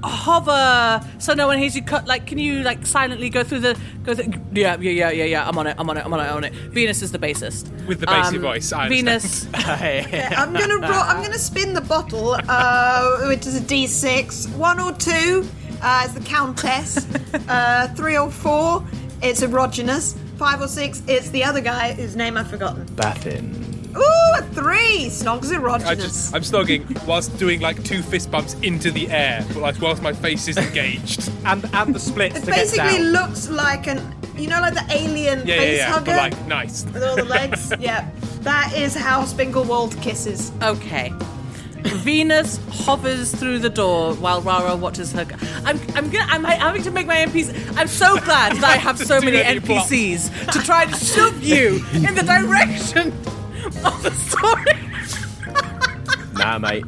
Speaker 1: hover so no one hears you? Cut. Like, can you like silently go through the go through? Yeah, yeah, yeah, yeah, yeah. I'm on it. I'm on it. I'm on it. I'm on it. Venus is the bassist Um,
Speaker 2: With the bassy voice, I [LAUGHS]
Speaker 5: [LAUGHS]
Speaker 1: Venus.
Speaker 4: I'm gonna roll, I'm gonna spin the bottle, uh, which is a D6, one or two. Uh, it's the Countess. Uh, three or four. It's erogenous. Five or six. It's the other guy whose name I've forgotten.
Speaker 5: Baffin.
Speaker 4: Ooh, a three. Snogs
Speaker 2: I
Speaker 4: erogenous.
Speaker 2: just, I'm snogging whilst doing like two fist bumps into the air, but like whilst my face is
Speaker 5: [LAUGHS]
Speaker 2: engaged.
Speaker 5: And and the splits
Speaker 4: it
Speaker 5: to get
Speaker 4: basically
Speaker 5: down.
Speaker 4: looks like an, you know, like the alien
Speaker 2: Yeah, yeah,
Speaker 4: face
Speaker 2: yeah.
Speaker 4: hugger
Speaker 2: But like, nice.
Speaker 4: with all the
Speaker 5: [LAUGHS]
Speaker 4: legs. yeah, that is how Spinglewald kisses.
Speaker 1: okay. Venus hovers through the door while Rara watches her. I'm, I'm gonna, I'm having to make my NPCs. I'm so glad that I have so
Speaker 2: [LAUGHS] Do
Speaker 1: many
Speaker 2: any blocks.
Speaker 1: NPCs to try to shove you in the direction of the story.
Speaker 5: Nah, mate.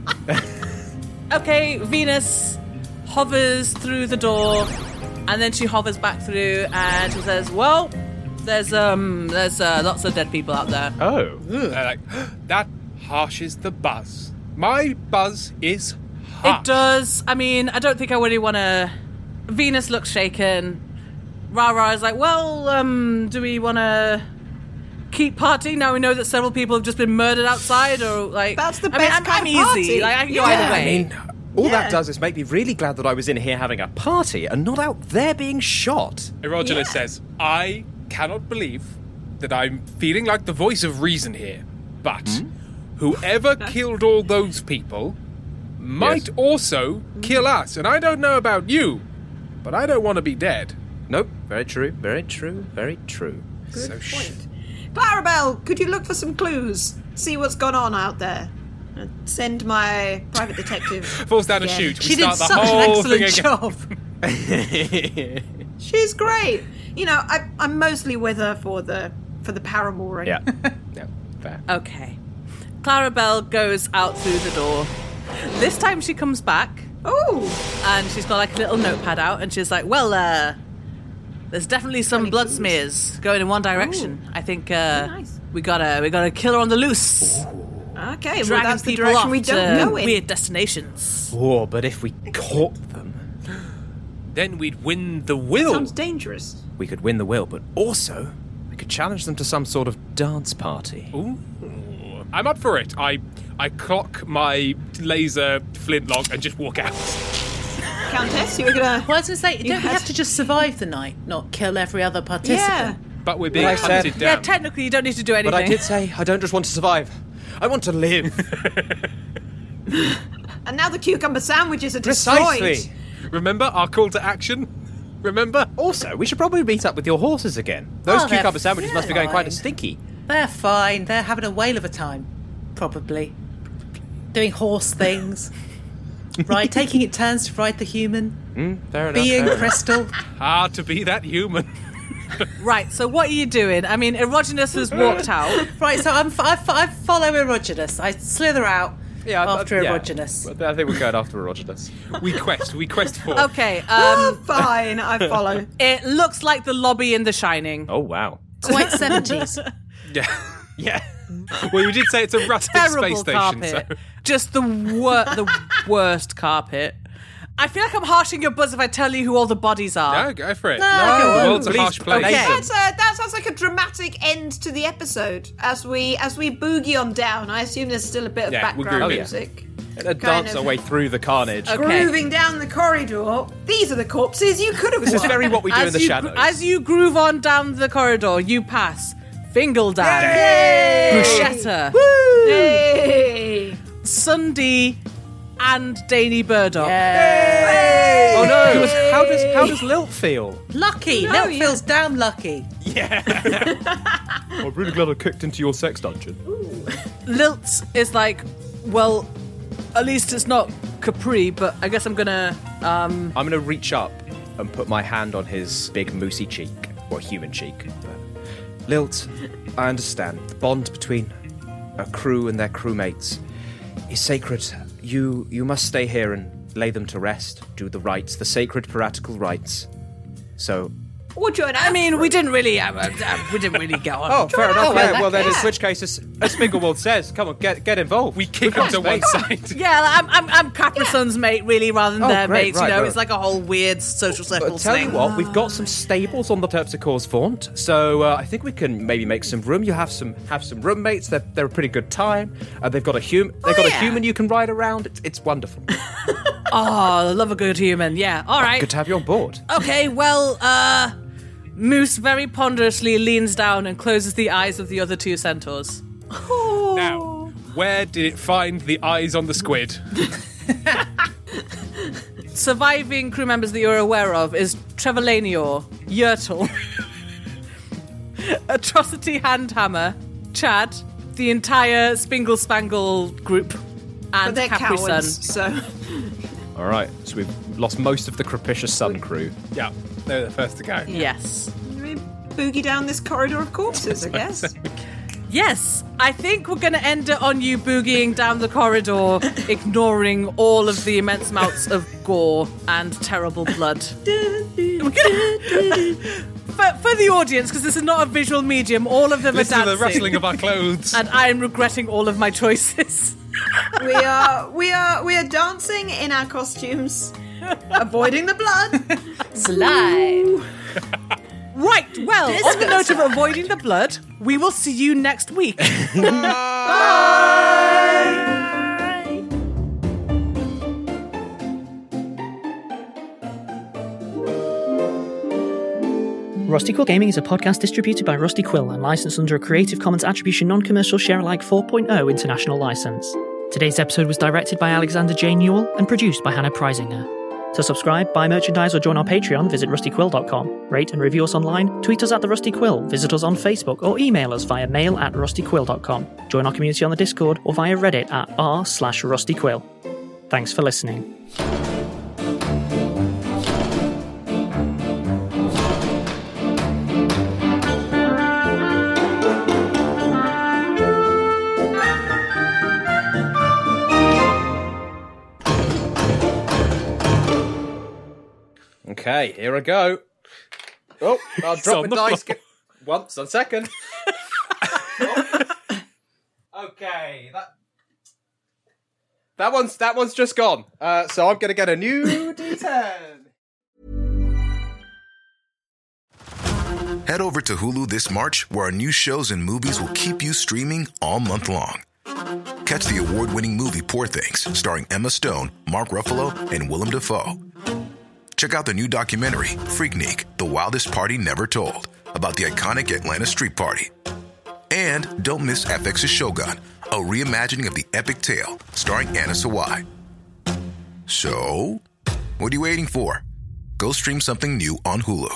Speaker 1: Okay, Venus hovers through the door, and then she hovers back through, and she says, "Well, there's um, there's uh, lots of dead people out there."
Speaker 5: Oh.
Speaker 2: And I'm like, [GASPS] that harshes the buzz. My buzz is harsh.
Speaker 1: It does. I mean, I don't think I really want to. Venus looks shaken. Rara is like, "Well, um, do we want to keep partying now we know that several people have just been murdered outside?" Or like,
Speaker 4: That's the
Speaker 1: I mean,
Speaker 4: best
Speaker 1: I'm,
Speaker 4: kind
Speaker 1: I'm
Speaker 4: of
Speaker 1: easy.
Speaker 4: party.
Speaker 1: Like, I can go
Speaker 4: Yeah.
Speaker 1: either way.
Speaker 5: I mean, all
Speaker 4: Yeah.
Speaker 5: that does is make me really glad that I was in here having a party and not out there being shot.
Speaker 2: Erogenous says, I cannot believe that I'm feeling like the voice of reason here, but
Speaker 3: Hmm? [LAUGHS]
Speaker 2: whoever killed all those people might
Speaker 5: Yes.
Speaker 2: also
Speaker 3: Hmm.
Speaker 2: kill us. And I don't know about you, but I don't want to be dead.
Speaker 5: Nope. Very true. Very true. Very true.
Speaker 2: so sh-
Speaker 4: Clarabelle, could you look for some clues? See what's gone on out there. Uh, Send my private detective.
Speaker 5: [LAUGHS]
Speaker 2: falls down a
Speaker 4: Yeah.
Speaker 2: chute. We
Speaker 3: She did
Speaker 2: start the
Speaker 3: such
Speaker 2: whole
Speaker 3: an
Speaker 2: thing
Speaker 3: excellent
Speaker 2: again.
Speaker 3: job.
Speaker 4: She's great. You know, I, I'm mostly with her for the for the paramour.
Speaker 5: Yeah. yeah. Fair.
Speaker 1: Okay. Clarabelle goes out through the door. This time she comes back
Speaker 4: Oh,
Speaker 1: and she's got like a little notepad out and she's like, well, uh, there's definitely some blood smears going in one direction. I think uh, we gotta we gotta kill her on the loose,
Speaker 4: okay. well,
Speaker 1: dragging
Speaker 4: that's the
Speaker 1: people
Speaker 4: direction
Speaker 1: off
Speaker 4: we don't
Speaker 1: to
Speaker 4: know in.
Speaker 1: weird destinations.
Speaker 5: Oh, but if we caught them,
Speaker 2: Then we'd win the will.
Speaker 4: Sounds dangerous.
Speaker 5: we could win the will, but also we could challenge them to some sort of dance party.
Speaker 2: I'm up for it. I I clock my laser flintlock and just walk out.
Speaker 4: Countess, you were gonna.
Speaker 3: Well, I was going to say, don't we
Speaker 4: has-
Speaker 3: have to just survive the night, not kill every other
Speaker 4: Yeah.
Speaker 3: participant?
Speaker 2: But we're being
Speaker 5: Well, I said-
Speaker 2: hunted
Speaker 1: Yeah,
Speaker 2: down.
Speaker 1: technically you don't need to do anything.
Speaker 5: But I did say I don't just want to survive. I want to [LAUGHS] live.
Speaker 4: And now the cucumber sandwiches are destroyed.
Speaker 5: Precisely.
Speaker 2: Remember our call to action? Remember?
Speaker 5: Also, we should probably meet up with your horses again. Those
Speaker 3: Oh, they're
Speaker 5: cucumber sandwiches must be going quite a
Speaker 3: fine.
Speaker 5: stinky.
Speaker 3: They're fine. They're having a whale of a time, probably. Doing horse
Speaker 2: [LAUGHS]
Speaker 3: things. right, taking it turns to ride the human,
Speaker 5: Fair enough.
Speaker 3: being
Speaker 5: fair enough.
Speaker 3: Crystal.
Speaker 2: Ah, to be that human. [LAUGHS]
Speaker 1: Right, so what are you doing? I mean, Erogenous has walked out.
Speaker 3: Right, so I'm, f- I, f- I follow Erogenous. I slither out
Speaker 5: Yeah, I-
Speaker 3: after
Speaker 5: yeah.
Speaker 3: Erogenous.
Speaker 5: Well, I think we're going after erogenous.
Speaker 2: We quest. We quest for.
Speaker 1: Okay,
Speaker 4: Oh, [LAUGHS]
Speaker 1: um,
Speaker 4: fine. I follow.
Speaker 1: it looks like the lobby in The Shining.
Speaker 5: Oh wow.
Speaker 3: Quite 70s.
Speaker 2: Yeah.
Speaker 3: [LAUGHS]
Speaker 5: Yeah.
Speaker 2: Well, you did say it's a rustic space
Speaker 1: terrible
Speaker 2: station.
Speaker 1: carpet.
Speaker 2: [LAUGHS] So.
Speaker 1: Just the wor- the worst carpet. I feel like I'm harshing your buzz if I tell you who all the bodies are.
Speaker 2: No, go for it.
Speaker 5: go on.
Speaker 2: the world's a harsh
Speaker 5: Please,
Speaker 2: place.
Speaker 5: okay.
Speaker 4: That's a, that sounds like a dramatic end to the episode. As we as we boogie on down, I assume there's still a bit of
Speaker 2: Yeah, we're
Speaker 4: background
Speaker 2: grooving.
Speaker 4: music.
Speaker 5: Let's dance
Speaker 4: of-
Speaker 5: our way through the carnage.
Speaker 1: Okay.
Speaker 4: Grooving down the corridor. These are the corpses you could have.
Speaker 5: This is very what we do in the
Speaker 1: you,
Speaker 5: shadows.
Speaker 1: as you groove on down the corridor, you pass Fingaldan, Bruschetta,
Speaker 4: Hey.
Speaker 1: Sunday, and Danny Burdock.
Speaker 5: Oh no! how does how
Speaker 3: [LAUGHS]
Speaker 5: does Lilt feel?
Speaker 3: Lucky. No, feels damn lucky.
Speaker 2: [LAUGHS]
Speaker 5: I'm really glad I kicked into your sex dungeon.
Speaker 1: Lilt is like, well, at least it's not Capri, but I guess I'm gonna.
Speaker 5: I'm gonna reach up and put my hand on his big moosey cheek or human cheek. But Lilt, I understand the bond between a crew and their crewmates is sacred. You you must stay here and lay them to rest. Do the rites, the sacred piratical rites. So
Speaker 4: Or join us.
Speaker 1: I mean, we didn't really, uh, uh, uh, we didn't really get on.
Speaker 5: Oh, fair enough.
Speaker 3: well,
Speaker 5: yeah,
Speaker 3: that-
Speaker 5: well, then, in
Speaker 3: yeah.
Speaker 5: which case, as, as Fingerwald says, come on, get get involved.
Speaker 2: We kick him to one side.
Speaker 1: [LAUGHS] Yeah, like, I'm I'm, I'm Caprison's mate really, rather than
Speaker 5: Oh,
Speaker 1: their
Speaker 5: great,
Speaker 1: mates.
Speaker 5: right,
Speaker 1: you know,
Speaker 5: right.
Speaker 1: it's like a whole weird social
Speaker 5: But
Speaker 1: circles
Speaker 5: tell
Speaker 1: thing.
Speaker 5: you what, we've got
Speaker 1: Ah.
Speaker 5: some stables on the Terpsichore's font, so uh, I think we can maybe make some room. You have some have some roommates. They're, they're a pretty good time. Uh, they've got a human. They've got a
Speaker 1: Oh, yeah.
Speaker 5: human you can ride around. It's, it's
Speaker 1: [LAUGHS]
Speaker 5: wonderful.
Speaker 1: Oh, I love a Oh, good human. Yeah. All right.
Speaker 5: good to have you on board.
Speaker 1: Okay, well, uh, Moose very ponderously leans down and closes the eyes of the other two centaurs.
Speaker 2: Now, where did it find the eyes on the squid?
Speaker 1: Surviving crew members that you're aware of is Trevelanior, Yertle, [LAUGHS] Atrocity Handhammer, Chad, the entire Spingle Spangle group, and
Speaker 4: But they're
Speaker 1: Capri Sun.
Speaker 4: cowards, so
Speaker 5: All right, so we've lost most of the Crepitious Sun crew.
Speaker 2: Yeah, they were the first to go.
Speaker 1: Yes.
Speaker 4: we boogie down this corridor of corpses, I guess.
Speaker 1: Yes, I think we're going to end it on you boogieing down the corridor, [LAUGHS] ignoring all of the immense amounts of gore and terrible
Speaker 4: [LAUGHS]
Speaker 1: blood. [LAUGHS] We're gonna- for, for the audience, because this is not a visual medium, all of them
Speaker 2: Listen
Speaker 1: are
Speaker 2: to the
Speaker 1: dancing.
Speaker 2: rustling of
Speaker 1: [LAUGHS]
Speaker 2: our clothes.
Speaker 1: and I am regretting all of my choices. [LAUGHS]
Speaker 4: we are we are we are dancing in our
Speaker 5: [LAUGHS]
Speaker 4: costumes, avoiding the blood.
Speaker 3: Slide.
Speaker 1: Right, well, on the note of avoiding the blood, we will see you next week.
Speaker 9: Rusty Quill Gaming is a podcast distributed by Rusty Quill and licensed under a Creative Commons Attribution Non Commercial Sharealike 4.0 international license. Today's episode was directed by Alexander J. Newell and produced by Hannah Preisinger. To subscribe, buy merchandise, or join our Patreon, visit rustyquill.com. Rate and review us online, tweet us at The Rusty Quill, visit us on Facebook, or email us via mail at rustyquill.com. Join our community on the Discord or via Reddit at r slash rustyquill. Thanks for listening.
Speaker 5: Okay, here I go. Oh, I'll drop
Speaker 2: on
Speaker 5: a
Speaker 2: the
Speaker 5: dice.
Speaker 2: floor.
Speaker 5: Ge- Once, a second. okay, that that one's that one's just gone. Uh, so I'm gonna get a new D10.
Speaker 10: Head over to Hulu this March, where our new shows and movies will keep you streaming all month long. Catch the award winning movie Poor Things, starring Emma Stone, Mark Ruffalo, and Willem Dafoe. Check out the new documentary, Freaknik The Wildest Party Never Told, about the iconic Atlanta Street Party. And don't miss FX's Shogun, a reimagining of the epic tale, starring Anna Sawai. So, what are you waiting for? Go stream something new on Hulu.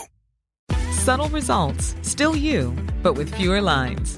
Speaker 11: Subtle results, still you, but with fewer lines.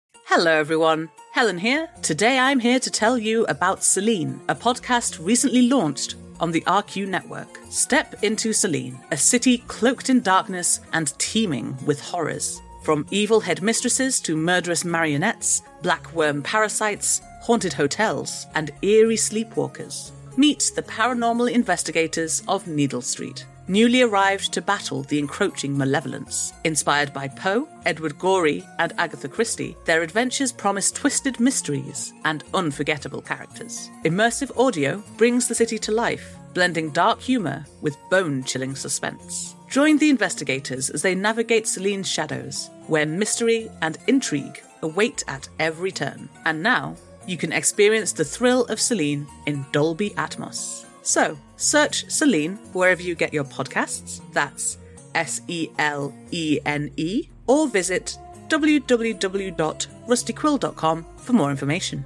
Speaker 1: Hello, everyone. Helen here. Today I'm here to tell you about Celine, a podcast recently launched on the RQ network. Step into Celine, a city cloaked in darkness and teeming with horrors. From evil headmistresses to murderous marionettes, black worm parasites, haunted hotels, and eerie sleepwalkers. Meet the paranormal investigators of Needle Street newly arrived to battle the encroaching malevolence. Inspired by Poe, Edward Gorey, and Agatha Christie, their adventures promise twisted mysteries and unforgettable characters. Immersive audio brings the city to life, blending dark humour with bone chilling suspense. Join the investigators as they navigate Celine's shadows, where mystery and intrigue await at every turn. And now, you can experience the thrill of Celine in Dolby Atmos. So, search Celine wherever you get your podcasts. That's S E L E N E. Or visit www.rustyquill.com for more information.